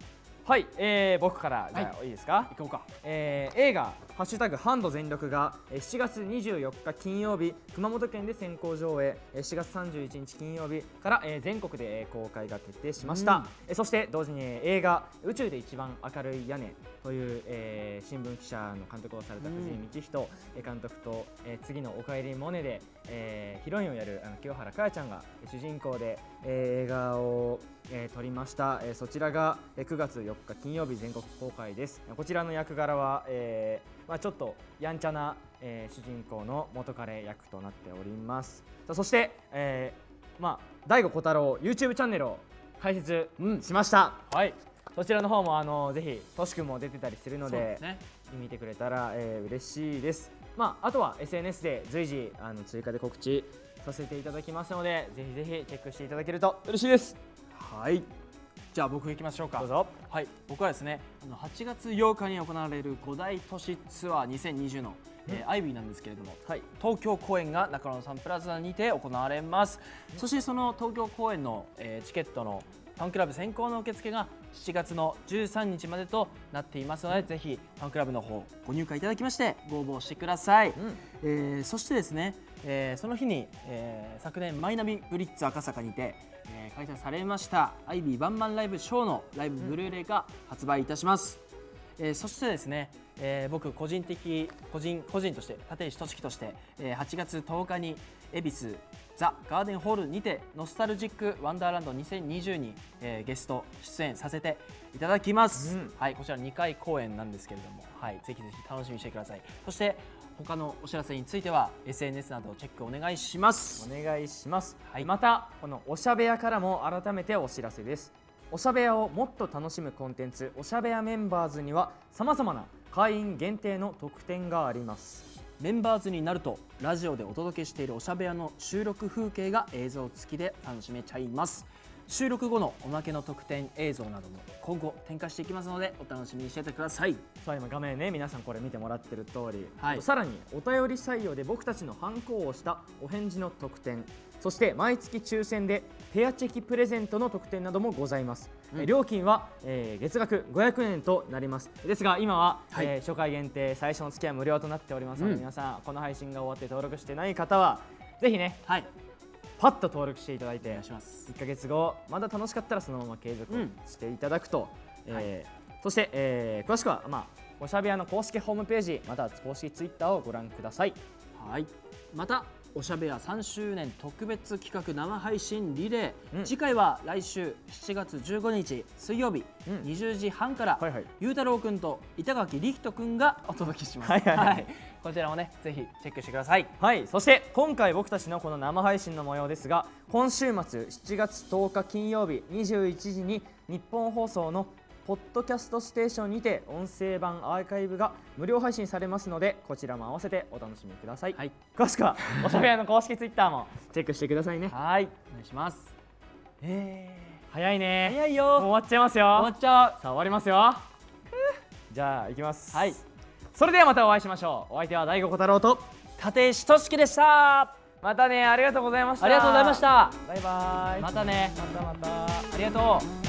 Speaker 1: はい、えー、僕からじゃあ、い、いですか
Speaker 2: 行こうか
Speaker 1: えー映画「ハッシュタグハンド全力が」えー7月24日金曜日熊本県で先行上映えー7月31日金曜日から、えー全国でえー公開が決定しました、
Speaker 2: うん
Speaker 1: えーそして同時にえー映画「宇宙で一番明るい屋根」という、えー新聞記者の監督をされた藤井道人えー監督と、えー次の「おかえりモネで」えーヒロインをやるあの清原果耶ちゃんがえー主人公で、えー映画を、えー撮りました、えーそちらが、えー9月4日金曜日全国公開ですこちらの役柄は、えーまあ、ちょっとやんちゃな、えー主人公の元彼役となっておりますさあそして、えーまあ、大悟小太郎 YouTube チャンネルを開設しました、
Speaker 2: はい
Speaker 1: そちらの方もあのぜひとしくんも出てたりするの
Speaker 2: そうで
Speaker 1: です
Speaker 2: ね
Speaker 1: 見てくれたら、えー嬉しいです。まあ、あとは SNS で随時あの追加で告知させていただきますのでぜひぜひチェックしていただけると嬉しいです。はい
Speaker 2: じゃあ僕行きましょうか
Speaker 1: どうぞ。
Speaker 2: はい、僕はですね、あの8月8日に行われる5大都市ツアー2020の、えーアイビーなんですけれども、東京公演が中野サンプラザにて行われます。そしてその東京公演の、えーチケットのファンクラブ先行の受付が7月の13日までとなっていますので、ぜひファンクラブの方ご入会いただきましてご応募してください。
Speaker 1: うん
Speaker 2: えーそしてですね、えーその日に、えー昨年マイナビブリッツ赤坂にて、えー開催されましたアイビーバンバンライブショーのライブブルーレイが発売いたします、えーそしてですね、えー僕個人的個人個人として立石俊樹として、えー8月10日に恵比寿ザ・ガーデンホールにてノスタルジック・ワンダーランド2020に、えーゲスト出演させていただきます、
Speaker 1: うん
Speaker 2: はい、こちら2回公演なんですけれども、はい、ぜひぜひ楽しみにしてくださいそして他のお知らせについては SNS などをチェックお願いします
Speaker 1: お願いします、
Speaker 2: はい
Speaker 1: またこのおしゃべやからも改めてお知らせですおしゃべやをもっと楽しむコンテンツおしゃべやメンバーズにはさまざまな会員限定の特典があります
Speaker 2: メンバーズになるとラジオでお届けしているおしゃべやの収録風景が映像付きで楽しめちゃいます収録後のおまけの特典映像なども今後展開していきますのでお楽しみにしててください
Speaker 1: さあ今画面ね皆さんこれ見てもらってる通り、
Speaker 2: はい
Speaker 1: さらにお便り採用で僕たちのハンコを押したお返事の特典そして毎月抽選でペアチェキプレゼントの特典などもございます、
Speaker 2: うん
Speaker 1: え料金は、えー月額500円となりますですが今は、
Speaker 2: はい
Speaker 1: えー初回限定最初の月は無料となっておりますので、
Speaker 2: うん
Speaker 1: 皆さんこの配信が終わって登録してない方はぜひね
Speaker 2: はい
Speaker 1: パッと登録していただい
Speaker 2: お
Speaker 1: て
Speaker 2: 願いします
Speaker 1: 1ヶ月後まだ楽しかったらそのまま継続を
Speaker 2: うん
Speaker 1: していただくと、えーそして、えー詳しくは、まあ、おしゃべやの公式ホームページまたは公式ツイッターをご覧ください
Speaker 2: はいまたおしゃべや3周年特別企画生配信リレー、
Speaker 1: うん
Speaker 2: 次回は来週7月15日水曜日
Speaker 1: うん
Speaker 2: 20時半から、
Speaker 1: はいはい
Speaker 2: ゆうたろうくんと板垣力人くんがお届けします、
Speaker 1: はいはいはい
Speaker 2: こちらもねぜひチェックしてください
Speaker 1: はいそして今回僕たちのこの生配信の模様ですが今週末7月10日金曜日21時に日本放送のポッドキャストステーションにて音声版アーカイブが無料配信されますのでこちらも合わせてお楽しみください、
Speaker 2: はい
Speaker 1: 詳しくはおしゃべやの公式ツイッターもチェックしてくださいね
Speaker 2: はいお願いしますえ
Speaker 1: 早い
Speaker 2: ー、
Speaker 1: ね
Speaker 2: 早い
Speaker 1: もう
Speaker 2: よ
Speaker 1: 終わっちゃいますよ
Speaker 2: 終わっちゃ
Speaker 1: さあ終わりますよじゃあ行きます
Speaker 2: はい
Speaker 1: それではまたお会いしましょうお相手は大悟小太郎と
Speaker 2: う立石俊樹でしたあ
Speaker 1: またねありがとうございました
Speaker 2: りがとうございました
Speaker 1: バイバイ
Speaker 2: またね
Speaker 1: またまた
Speaker 2: ありがとう